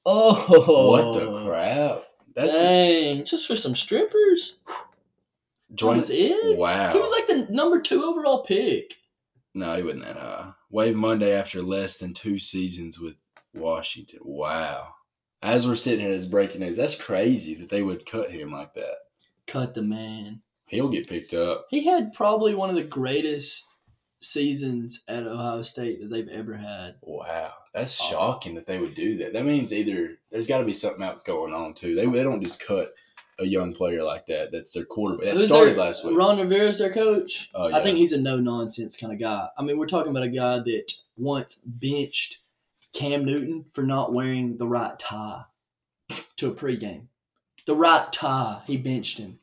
Speaker 2: Oh,
Speaker 3: What the crap? That's
Speaker 2: Dang, just for some strippers. That was
Speaker 3: Dwayne.
Speaker 2: it.
Speaker 3: Wow.
Speaker 2: He was like the number two overall pick.
Speaker 3: No, he wasn't that high. Wave Monday after less than two seasons with Washington. Wow. As we're sitting here, it's breaking news. That's crazy that they would cut him like that.
Speaker 2: Cut the man.
Speaker 3: He'll get picked up.
Speaker 2: He had probably one of the greatest seasons at Ohio State that they've ever had.
Speaker 3: Wow. That's
Speaker 2: Uh,
Speaker 3: shocking that they would do that. That means either there's got to be something else going on, too. They, they don't just cut a young player like that. That's their quarterback. That
Speaker 2: Who's
Speaker 3: started
Speaker 2: their-
Speaker 3: last week.
Speaker 2: Ron Rivera's their coach.
Speaker 3: Oh,
Speaker 2: I
Speaker 3: yeah.
Speaker 2: think he's a no nonsense kind of guy. I mean, we're talking about a guy that once benched Cam Newton for not wearing the right tie to a pregame. The right tie, he benched him.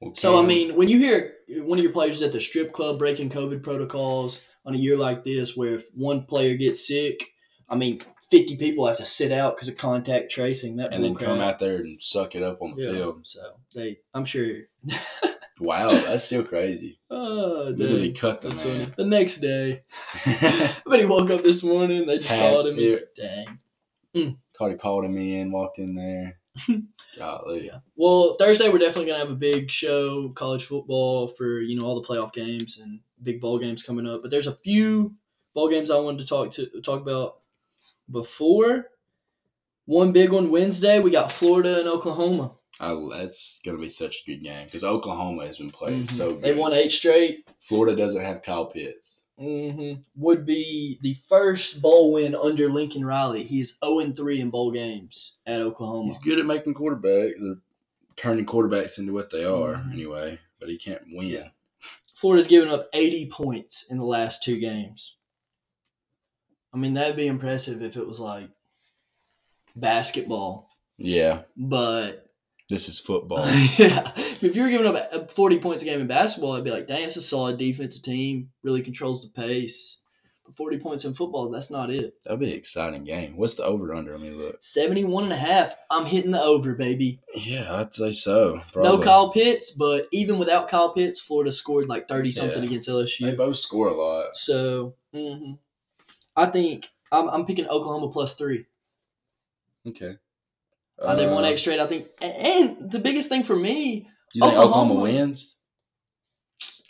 Speaker 3: Well,
Speaker 2: So I
Speaker 3: Cam-
Speaker 2: mean, when you hear one of your players at the strip club breaking COVID protocols on a year like this, where if one player gets sick, I mean, fifty people have to sit out because of contact tracing. That
Speaker 3: and then
Speaker 2: bullcrap.
Speaker 3: come out there and suck it up on the
Speaker 2: Yeah,
Speaker 3: field.
Speaker 2: So they, I'm sure.
Speaker 3: Wow, that's still
Speaker 2: *laughs*
Speaker 3: crazy.
Speaker 2: Oh,
Speaker 3: Literally
Speaker 2: dude.
Speaker 3: cut the
Speaker 2: That's
Speaker 3: man.
Speaker 2: funny. The next day, but he woke up this morning. They just
Speaker 3: Had
Speaker 2: called him. He's
Speaker 3: it.
Speaker 2: like, dang.
Speaker 3: *laughs* Carter called him in, walked
Speaker 2: *laughs*
Speaker 3: in there. Golly.
Speaker 2: Yeah. Well, Thursday we're definitely gonna have a big show, college football for you know all the playoff games and big bowl games coming up. But there's a few bowl games I wanted to talk to talk about before. One big one Wednesday. We got Florida and Oklahoma.
Speaker 3: I, that's going to be such a good game because Oklahoma has been playing so good.
Speaker 2: Mm-hmm. they won eight straight.
Speaker 3: Florida doesn't have Kyle Pitts.
Speaker 2: hmm Would be the first bowl win under Lincoln Riley. He is zero and three in bowl games at Oklahoma.
Speaker 3: He's good at making quarterback, they're turning quarterbacks into what they are
Speaker 2: Mhm.
Speaker 3: anyway, but he can't win.
Speaker 2: Yeah. Florida's given up 80 points in the last two games. I mean, that'd be impressive if it was like basketball,
Speaker 3: Yeah,
Speaker 2: but *laughs*
Speaker 3: this is *laughs* football.
Speaker 2: yeah, if you were giving up uh, 40 points a game in basketball, I'd be like, dang, it's a solid defensive team, really controls the pace. But 40 points in football, that's not it.
Speaker 3: That'll be an exciting game. What's the over under? I mean, look.
Speaker 2: 71 and a half, I'm hitting the over, baby.
Speaker 3: Yeah, I'd say so.
Speaker 2: No Kyle Pitts, but even without Kyle Pitts, Florida scored like 30 something
Speaker 3: Yeah.
Speaker 2: against LSU.
Speaker 3: They both score a lot.
Speaker 2: So mhm. I think I'm, I'm picking Oklahoma plus three.
Speaker 3: Okay.
Speaker 2: Uh, they won eight straight. I think, and the biggest thing for me,
Speaker 3: Do you think
Speaker 2: Oklahoma-
Speaker 3: Oklahoma, wins?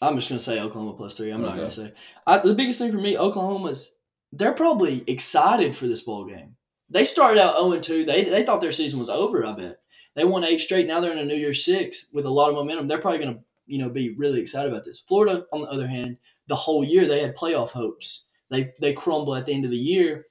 Speaker 2: I'm just gonna say Oklahoma plus three. I'm not gonna
Speaker 3: Okay.
Speaker 2: say I, the biggest thing for me. Oklahoma's they're probably excited for this bowl game. They started out 0 and 2. They they thought their season was over. I bet they won eight straight. Now they're in a New Year's six with a lot of momentum. They're probably gonna you know be really excited about this. Florida, on the other hand, the whole year they had playoff hopes. They they crumble at the end of the year.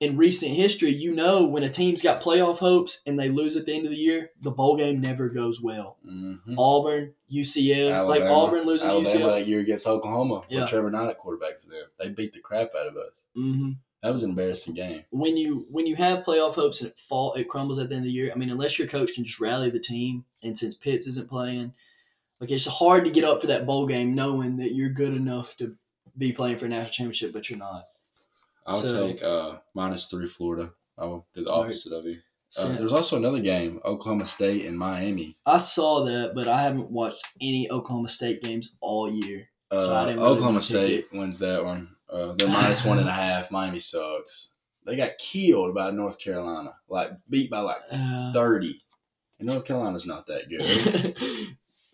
Speaker 2: In recent history, you know when a team's got playoff hopes and they lose at the end of the year, the bowl game never goes well.
Speaker 3: Mm-hmm.
Speaker 2: Auburn, UCL, like
Speaker 3: Alabama-
Speaker 2: Auburn losing to
Speaker 3: Alabama
Speaker 2: UCL.
Speaker 3: that year against Oklahoma
Speaker 2: Yeah.
Speaker 3: with Trevor Knight at quarterback for them. They beat the crap out of us.
Speaker 2: hmm
Speaker 3: That was an embarrassing game.
Speaker 2: When you when you have playoff hopes and it fall it crumbles at the end of the year. I mean, unless your coach can just rally the team, and since Pitts isn't playing, like it's hard to get up for that bowl game knowing that you're good enough to be playing for a national championship, but you're not.
Speaker 3: I'll
Speaker 2: So-
Speaker 3: take uh, minus three Florida. I'll do the
Speaker 2: All right.
Speaker 3: opposite of you.
Speaker 2: So-
Speaker 3: Uh, there's also another game, Oklahoma State and Miami.
Speaker 2: I saw that, but I haven't watched any Oklahoma State games all year.
Speaker 3: Uh,
Speaker 2: So I didn't really
Speaker 3: Oklahoma
Speaker 2: pick
Speaker 3: State wins that one. Uh, they're minus one and a half. Miami sucks. They got killed by North Carolina, like beat by like
Speaker 2: Uh,
Speaker 3: 30. And North Carolina's not that
Speaker 2: *laughs*
Speaker 3: good.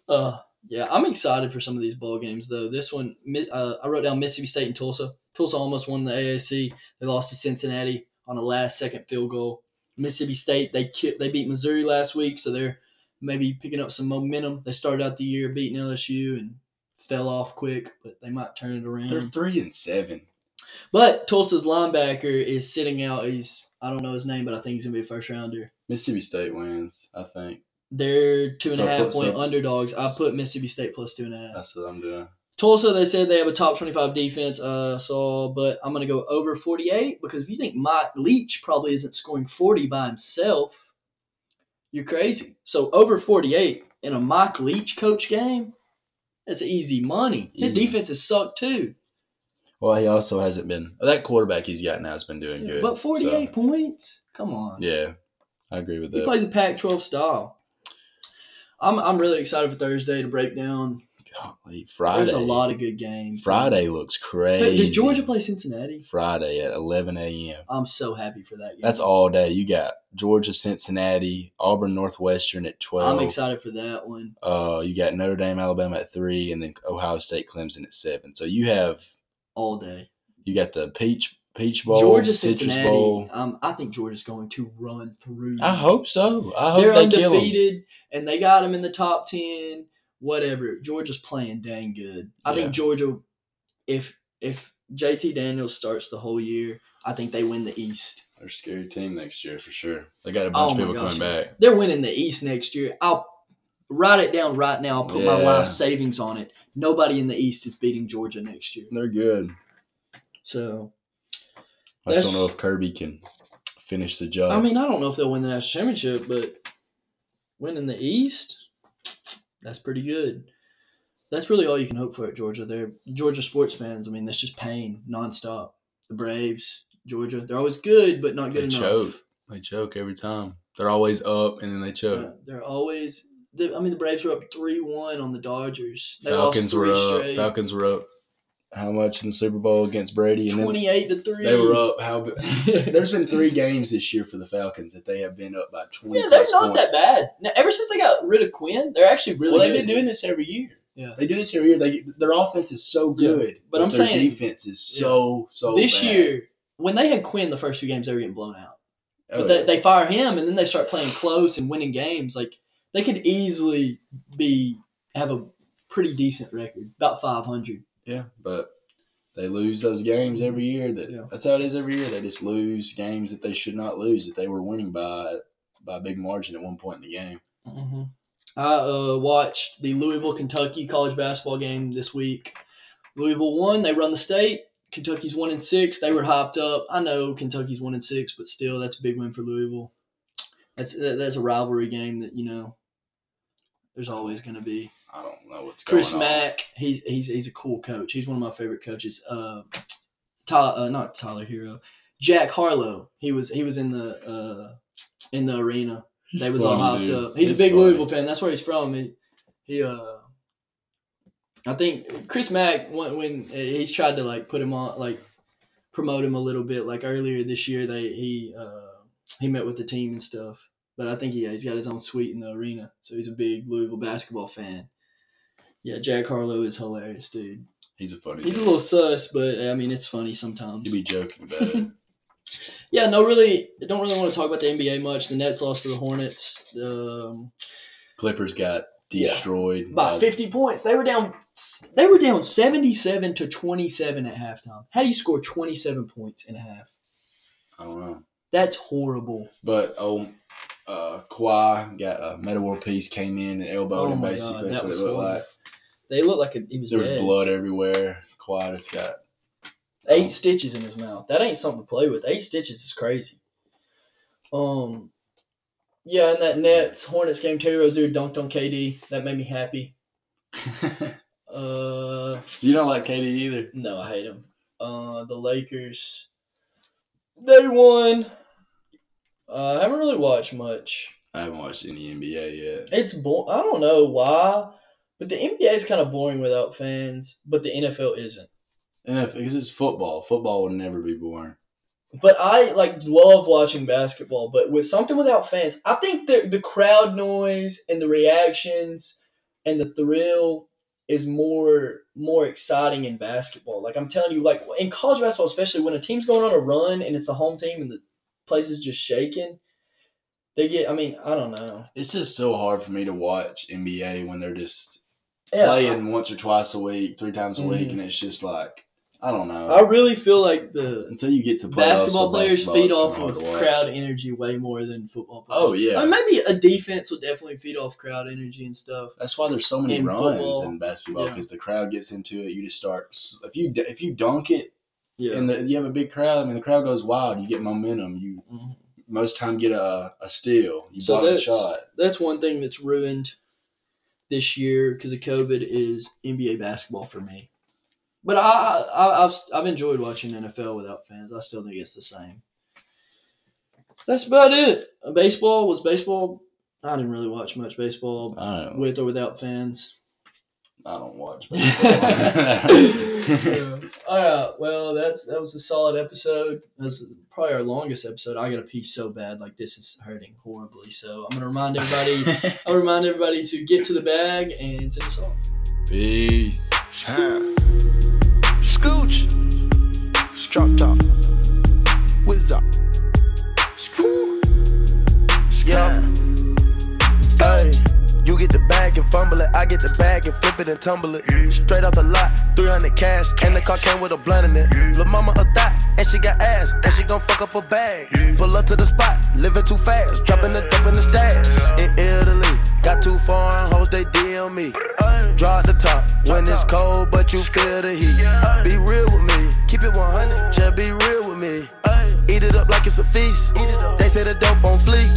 Speaker 2: uh, yeah, I'm excited for some of these bowl games though. This one, Mi- uh, I wrote down Mississippi State and Tulsa. Tulsa almost won the AAC. They lost to Cincinnati on a last-second field goal. Mississippi State they ki- they beat Missouri last week, so they're maybe picking up some momentum. They started out the year beating LSU and fell off quick, but they might turn it around.
Speaker 3: they're three and seven.
Speaker 2: but Tulsa's linebacker is sitting out. He's I don't know his name, but I think he's gonna be a first rounder.
Speaker 3: Mississippi State wins, I think.
Speaker 2: They're two and a
Speaker 3: So
Speaker 2: half
Speaker 3: plus-
Speaker 2: point
Speaker 3: so-
Speaker 2: underdogs. I put Mississippi State plus two and a half.
Speaker 3: That's what I'm doing.
Speaker 2: Tulsa, they said they have a top 25 defense. Uh, so, but I'm going to go over 48 because if you think Mike Leach probably isn't scoring 40 by himself, you're crazy. So, over 48 in a Mike Leach coach game, that's easy money. His
Speaker 3: Easy.
Speaker 2: defense has sucked too.
Speaker 3: Well, he also hasn't been that quarterback he's got now has been doing good.
Speaker 2: But 48
Speaker 3: so,
Speaker 2: points? Come on.
Speaker 3: yeah, I agree with
Speaker 2: He
Speaker 3: that.
Speaker 2: plays a Pac 12 style. I'm, I'm really excited for Thursday to break down.
Speaker 3: Golly, Friday.
Speaker 2: There's a lot of good games.
Speaker 3: Friday looks
Speaker 2: Hey,
Speaker 3: crazy.
Speaker 2: did Georgia play Cincinnati?
Speaker 3: Friday at 11 a.m.
Speaker 2: I'm so happy for that game.
Speaker 3: That's all day. You got Georgia, Cincinnati, Auburn, Northwestern at 12.
Speaker 2: I'm excited for that one.
Speaker 3: Uh, you got Notre Dame, Alabama at three, and then Ohio State, Clemson at seven. So you have
Speaker 2: all day.
Speaker 3: you got the Peach Peach Bowl,
Speaker 2: Georgia,
Speaker 3: Citrus
Speaker 2: Cincinnati.
Speaker 3: Bowl.
Speaker 2: Um, I think Georgia's going to run through.
Speaker 3: I hope so. I hope
Speaker 2: they're
Speaker 3: they kill 'em.
Speaker 2: undefeated and they got them in the top ten. Whatever. Georgia's playing dang good. I
Speaker 3: Yeah.
Speaker 2: think Georgia, if if JT Daniels starts the whole year, I think they win the East.
Speaker 3: They're a scary team next year for sure. They got a
Speaker 2: Oh
Speaker 3: bunch of
Speaker 2: my
Speaker 3: people
Speaker 2: gosh.
Speaker 3: coming back.
Speaker 2: They're winning the East next year. I'll write it down right now. I'll put my
Speaker 3: Yeah.
Speaker 2: life savings on it. Nobody in the East is beating Georgia next year.
Speaker 3: They're good.
Speaker 2: So
Speaker 3: I just
Speaker 2: That's-
Speaker 3: don't know if Kirby can finish the job.
Speaker 2: I mean, I don't know if they'll win the national championship, but winning the East, that's pretty good. That's really all you can hope for at Georgia. They're Georgia sports fans. I mean, that's just pain nonstop. The Braves, Georgia. They're always good, but not
Speaker 3: They
Speaker 2: good enough.
Speaker 3: choke. They choke every time. They're always up and then they
Speaker 2: Uh,
Speaker 3: choke.
Speaker 2: they're always. The, I mean, the Braves were up three one on the Dodgers. They lost
Speaker 3: Falcons were
Speaker 2: three
Speaker 3: up.
Speaker 2: straight,
Speaker 3: Falcons were up. How much in the Super Bowl against Brady? And then
Speaker 2: twenty-eight to three. *laughs*
Speaker 3: they were up. How? b-
Speaker 2: yeah,
Speaker 3: *sighs* There's been three games this year for the Falcons that they have been up by twenty.
Speaker 2: they're
Speaker 3: plus
Speaker 2: not that
Speaker 3: points.
Speaker 2: bad. Now, ever since they got rid of Quinn, they're actually really
Speaker 3: Well, they've
Speaker 2: good.
Speaker 3: been doing this every year.
Speaker 2: Yeah.
Speaker 3: They do this every year. They get, their offense is so
Speaker 2: Yeah.
Speaker 3: good,
Speaker 2: But I'm
Speaker 3: their
Speaker 2: saying-
Speaker 3: defense is so so.
Speaker 2: this
Speaker 3: bad.
Speaker 2: year when they had Quinn the first few games, they were getting blown out.
Speaker 3: Oh,
Speaker 2: but
Speaker 3: yeah.
Speaker 2: they, they fire him, and then they start playing close and winning games. Like they could easily be have a pretty decent record, about five hundred.
Speaker 3: Yeah, but they lose those games every year. That
Speaker 2: Yeah.
Speaker 3: that's how it is every year. They just lose games that they should not lose that they were winning by by a big margin at one point in the game.
Speaker 2: I uh, watched the Louisville Kentucky college basketball game this week. Louisville won. They run the state. Kentucky's one and six. They were hyped up. I know Kentucky's one and six, but still, that's a big win for Louisville. That's that, that's a rivalry game that you know. There's always going to be.
Speaker 3: I don't know what's
Speaker 2: Chris
Speaker 3: going on.
Speaker 2: Mack, he's he's he's a cool coach. He's one of my favorite coaches. Uh, Ty, uh not Tyler Hero, Jack Harlow. He was he was in the uh, in the arena. They was all
Speaker 3: funny,
Speaker 2: hopped
Speaker 3: dude.
Speaker 2: up. He's,
Speaker 3: He's
Speaker 2: a big
Speaker 3: funny.
Speaker 2: Louisville fan. That's where he's from. He he. Uh, I think Chris Mack when, when uh, he's tried to like put him on like promote him a little bit. Like earlier this year, they he uh, he met with the team and stuff. But I think yeah, he's got his own suite in the arena, so he's a big Louisville basketball fan. Yeah, Jack Harlow is hilarious, dude.
Speaker 3: He's a funny.
Speaker 2: He's a
Speaker 3: dude.
Speaker 2: little sus, but I mean it's funny sometimes.
Speaker 3: You be
Speaker 2: *laughs*
Speaker 3: joking about it.
Speaker 2: Yeah, no, really, I don't really want to talk about the NBA much. The Nets lost to the Hornets um,
Speaker 3: Clippers got
Speaker 2: Yeah.
Speaker 3: destroyed
Speaker 2: by fifty points. They were down. They were down seventy-seven to twenty-seven at halftime. How do you score twenty-seven points in a half?
Speaker 3: I don't know.
Speaker 2: That's horrible.
Speaker 3: But oh, uh, Kawhi got a metal war piece came in and elbowed
Speaker 2: Oh
Speaker 3: him.
Speaker 2: my God,
Speaker 3: Basically,
Speaker 2: that
Speaker 3: that's what it
Speaker 2: was
Speaker 3: looked
Speaker 2: horrible.
Speaker 3: like.
Speaker 2: They look like a, he was
Speaker 3: There was
Speaker 2: dead.
Speaker 3: blood everywhere. Kawhi just got oh.
Speaker 2: Eight stitches in his mouth. That ain't something to play with. Eight stitches is crazy. Um, yeah, and that Nets Hornets game, Terry Rozier dunked on KD. That made me happy. Uh,
Speaker 3: *laughs* you don't like KD either.
Speaker 2: no, I hate him. Uh, the Lakers, they won. Uh, I haven't really watched much.
Speaker 3: I haven't watched any NBA yet.
Speaker 2: It's bo- I don't know why, but the NBA is kind of boring without fans. But the NFL isn't.
Speaker 3: And if, because it's football, football would never be boring.
Speaker 2: But I like love watching basketball, but with something without fans, I think the the crowd noise and the reactions and the thrill is more more exciting in basketball. Like I'm telling you, like in college basketball, especially when a team's going on a run and it's the home team and the place is just shaking, they get. I mean, I don't know.
Speaker 3: It's just so hard for me to watch NBA when they're just
Speaker 2: Yeah,
Speaker 3: playing once or twice a week, three times a week,
Speaker 2: Mhm.
Speaker 3: and it's just like I don't know.
Speaker 2: I really feel like the
Speaker 3: Until you get to playoffs
Speaker 2: basketball
Speaker 3: with
Speaker 2: players
Speaker 3: basketball,
Speaker 2: feed
Speaker 3: it's
Speaker 2: off
Speaker 3: kinda hard
Speaker 2: of
Speaker 3: to watch.
Speaker 2: crowd energy way more than football players.
Speaker 3: Oh yeah,
Speaker 2: I mean, maybe a defense will definitely feed off crowd energy and stuff.
Speaker 3: that's why there's so many
Speaker 2: in
Speaker 3: runs
Speaker 2: football.
Speaker 3: in basketball
Speaker 2: Yeah.
Speaker 3: because the crowd gets into it. You just start if you if you dunk it
Speaker 2: Yeah.
Speaker 3: and the, you have a big crowd. I mean, the crowd goes wild. You get momentum. You
Speaker 2: Mhm.
Speaker 3: most time get a a steal. You
Speaker 2: So
Speaker 3: block a
Speaker 2: that's-
Speaker 3: shot.
Speaker 2: That's one thing that's ruined this year because of COVID is NBA basketball for me. But I, I, I've I've enjoyed watching NFL without fans. I still think it's the same. That's about it. Baseball was baseball. I didn't really watch much baseball
Speaker 3: I don't.
Speaker 2: with or without fans. *laughs*
Speaker 3: I don't watch. baseball.
Speaker 2: yeah. All right. Well, that's that was a solid episode. That's probably our longest episode. I got to pee so bad. Like this is hurting horribly. So I'm gonna remind *laughs* everybody.
Speaker 3: *laughs*
Speaker 2: I'll remind everybody to get to the bag and send us off.
Speaker 3: Peace.
Speaker 1: Huh. Scooch. Strop top. Whiz up. Scoo. Yeah. Hey, you get the bag and fumble it. I get the bag and flip it and tumble it. Straight out the lot, 300 cash, and the car came with a blunt in it. Lil' mama a thot, and she got ass, and she gon' fuck up a bag. Pull up to the spot, living too fast, dropping the dump in the stash. In Italy, got too foreign hoes, they DM me. Draw the top when it's cold, but you feel the heat. Be real with me, keep it 100. Just be real with me. Eat it up like it's a feast. They say the dope on fleek.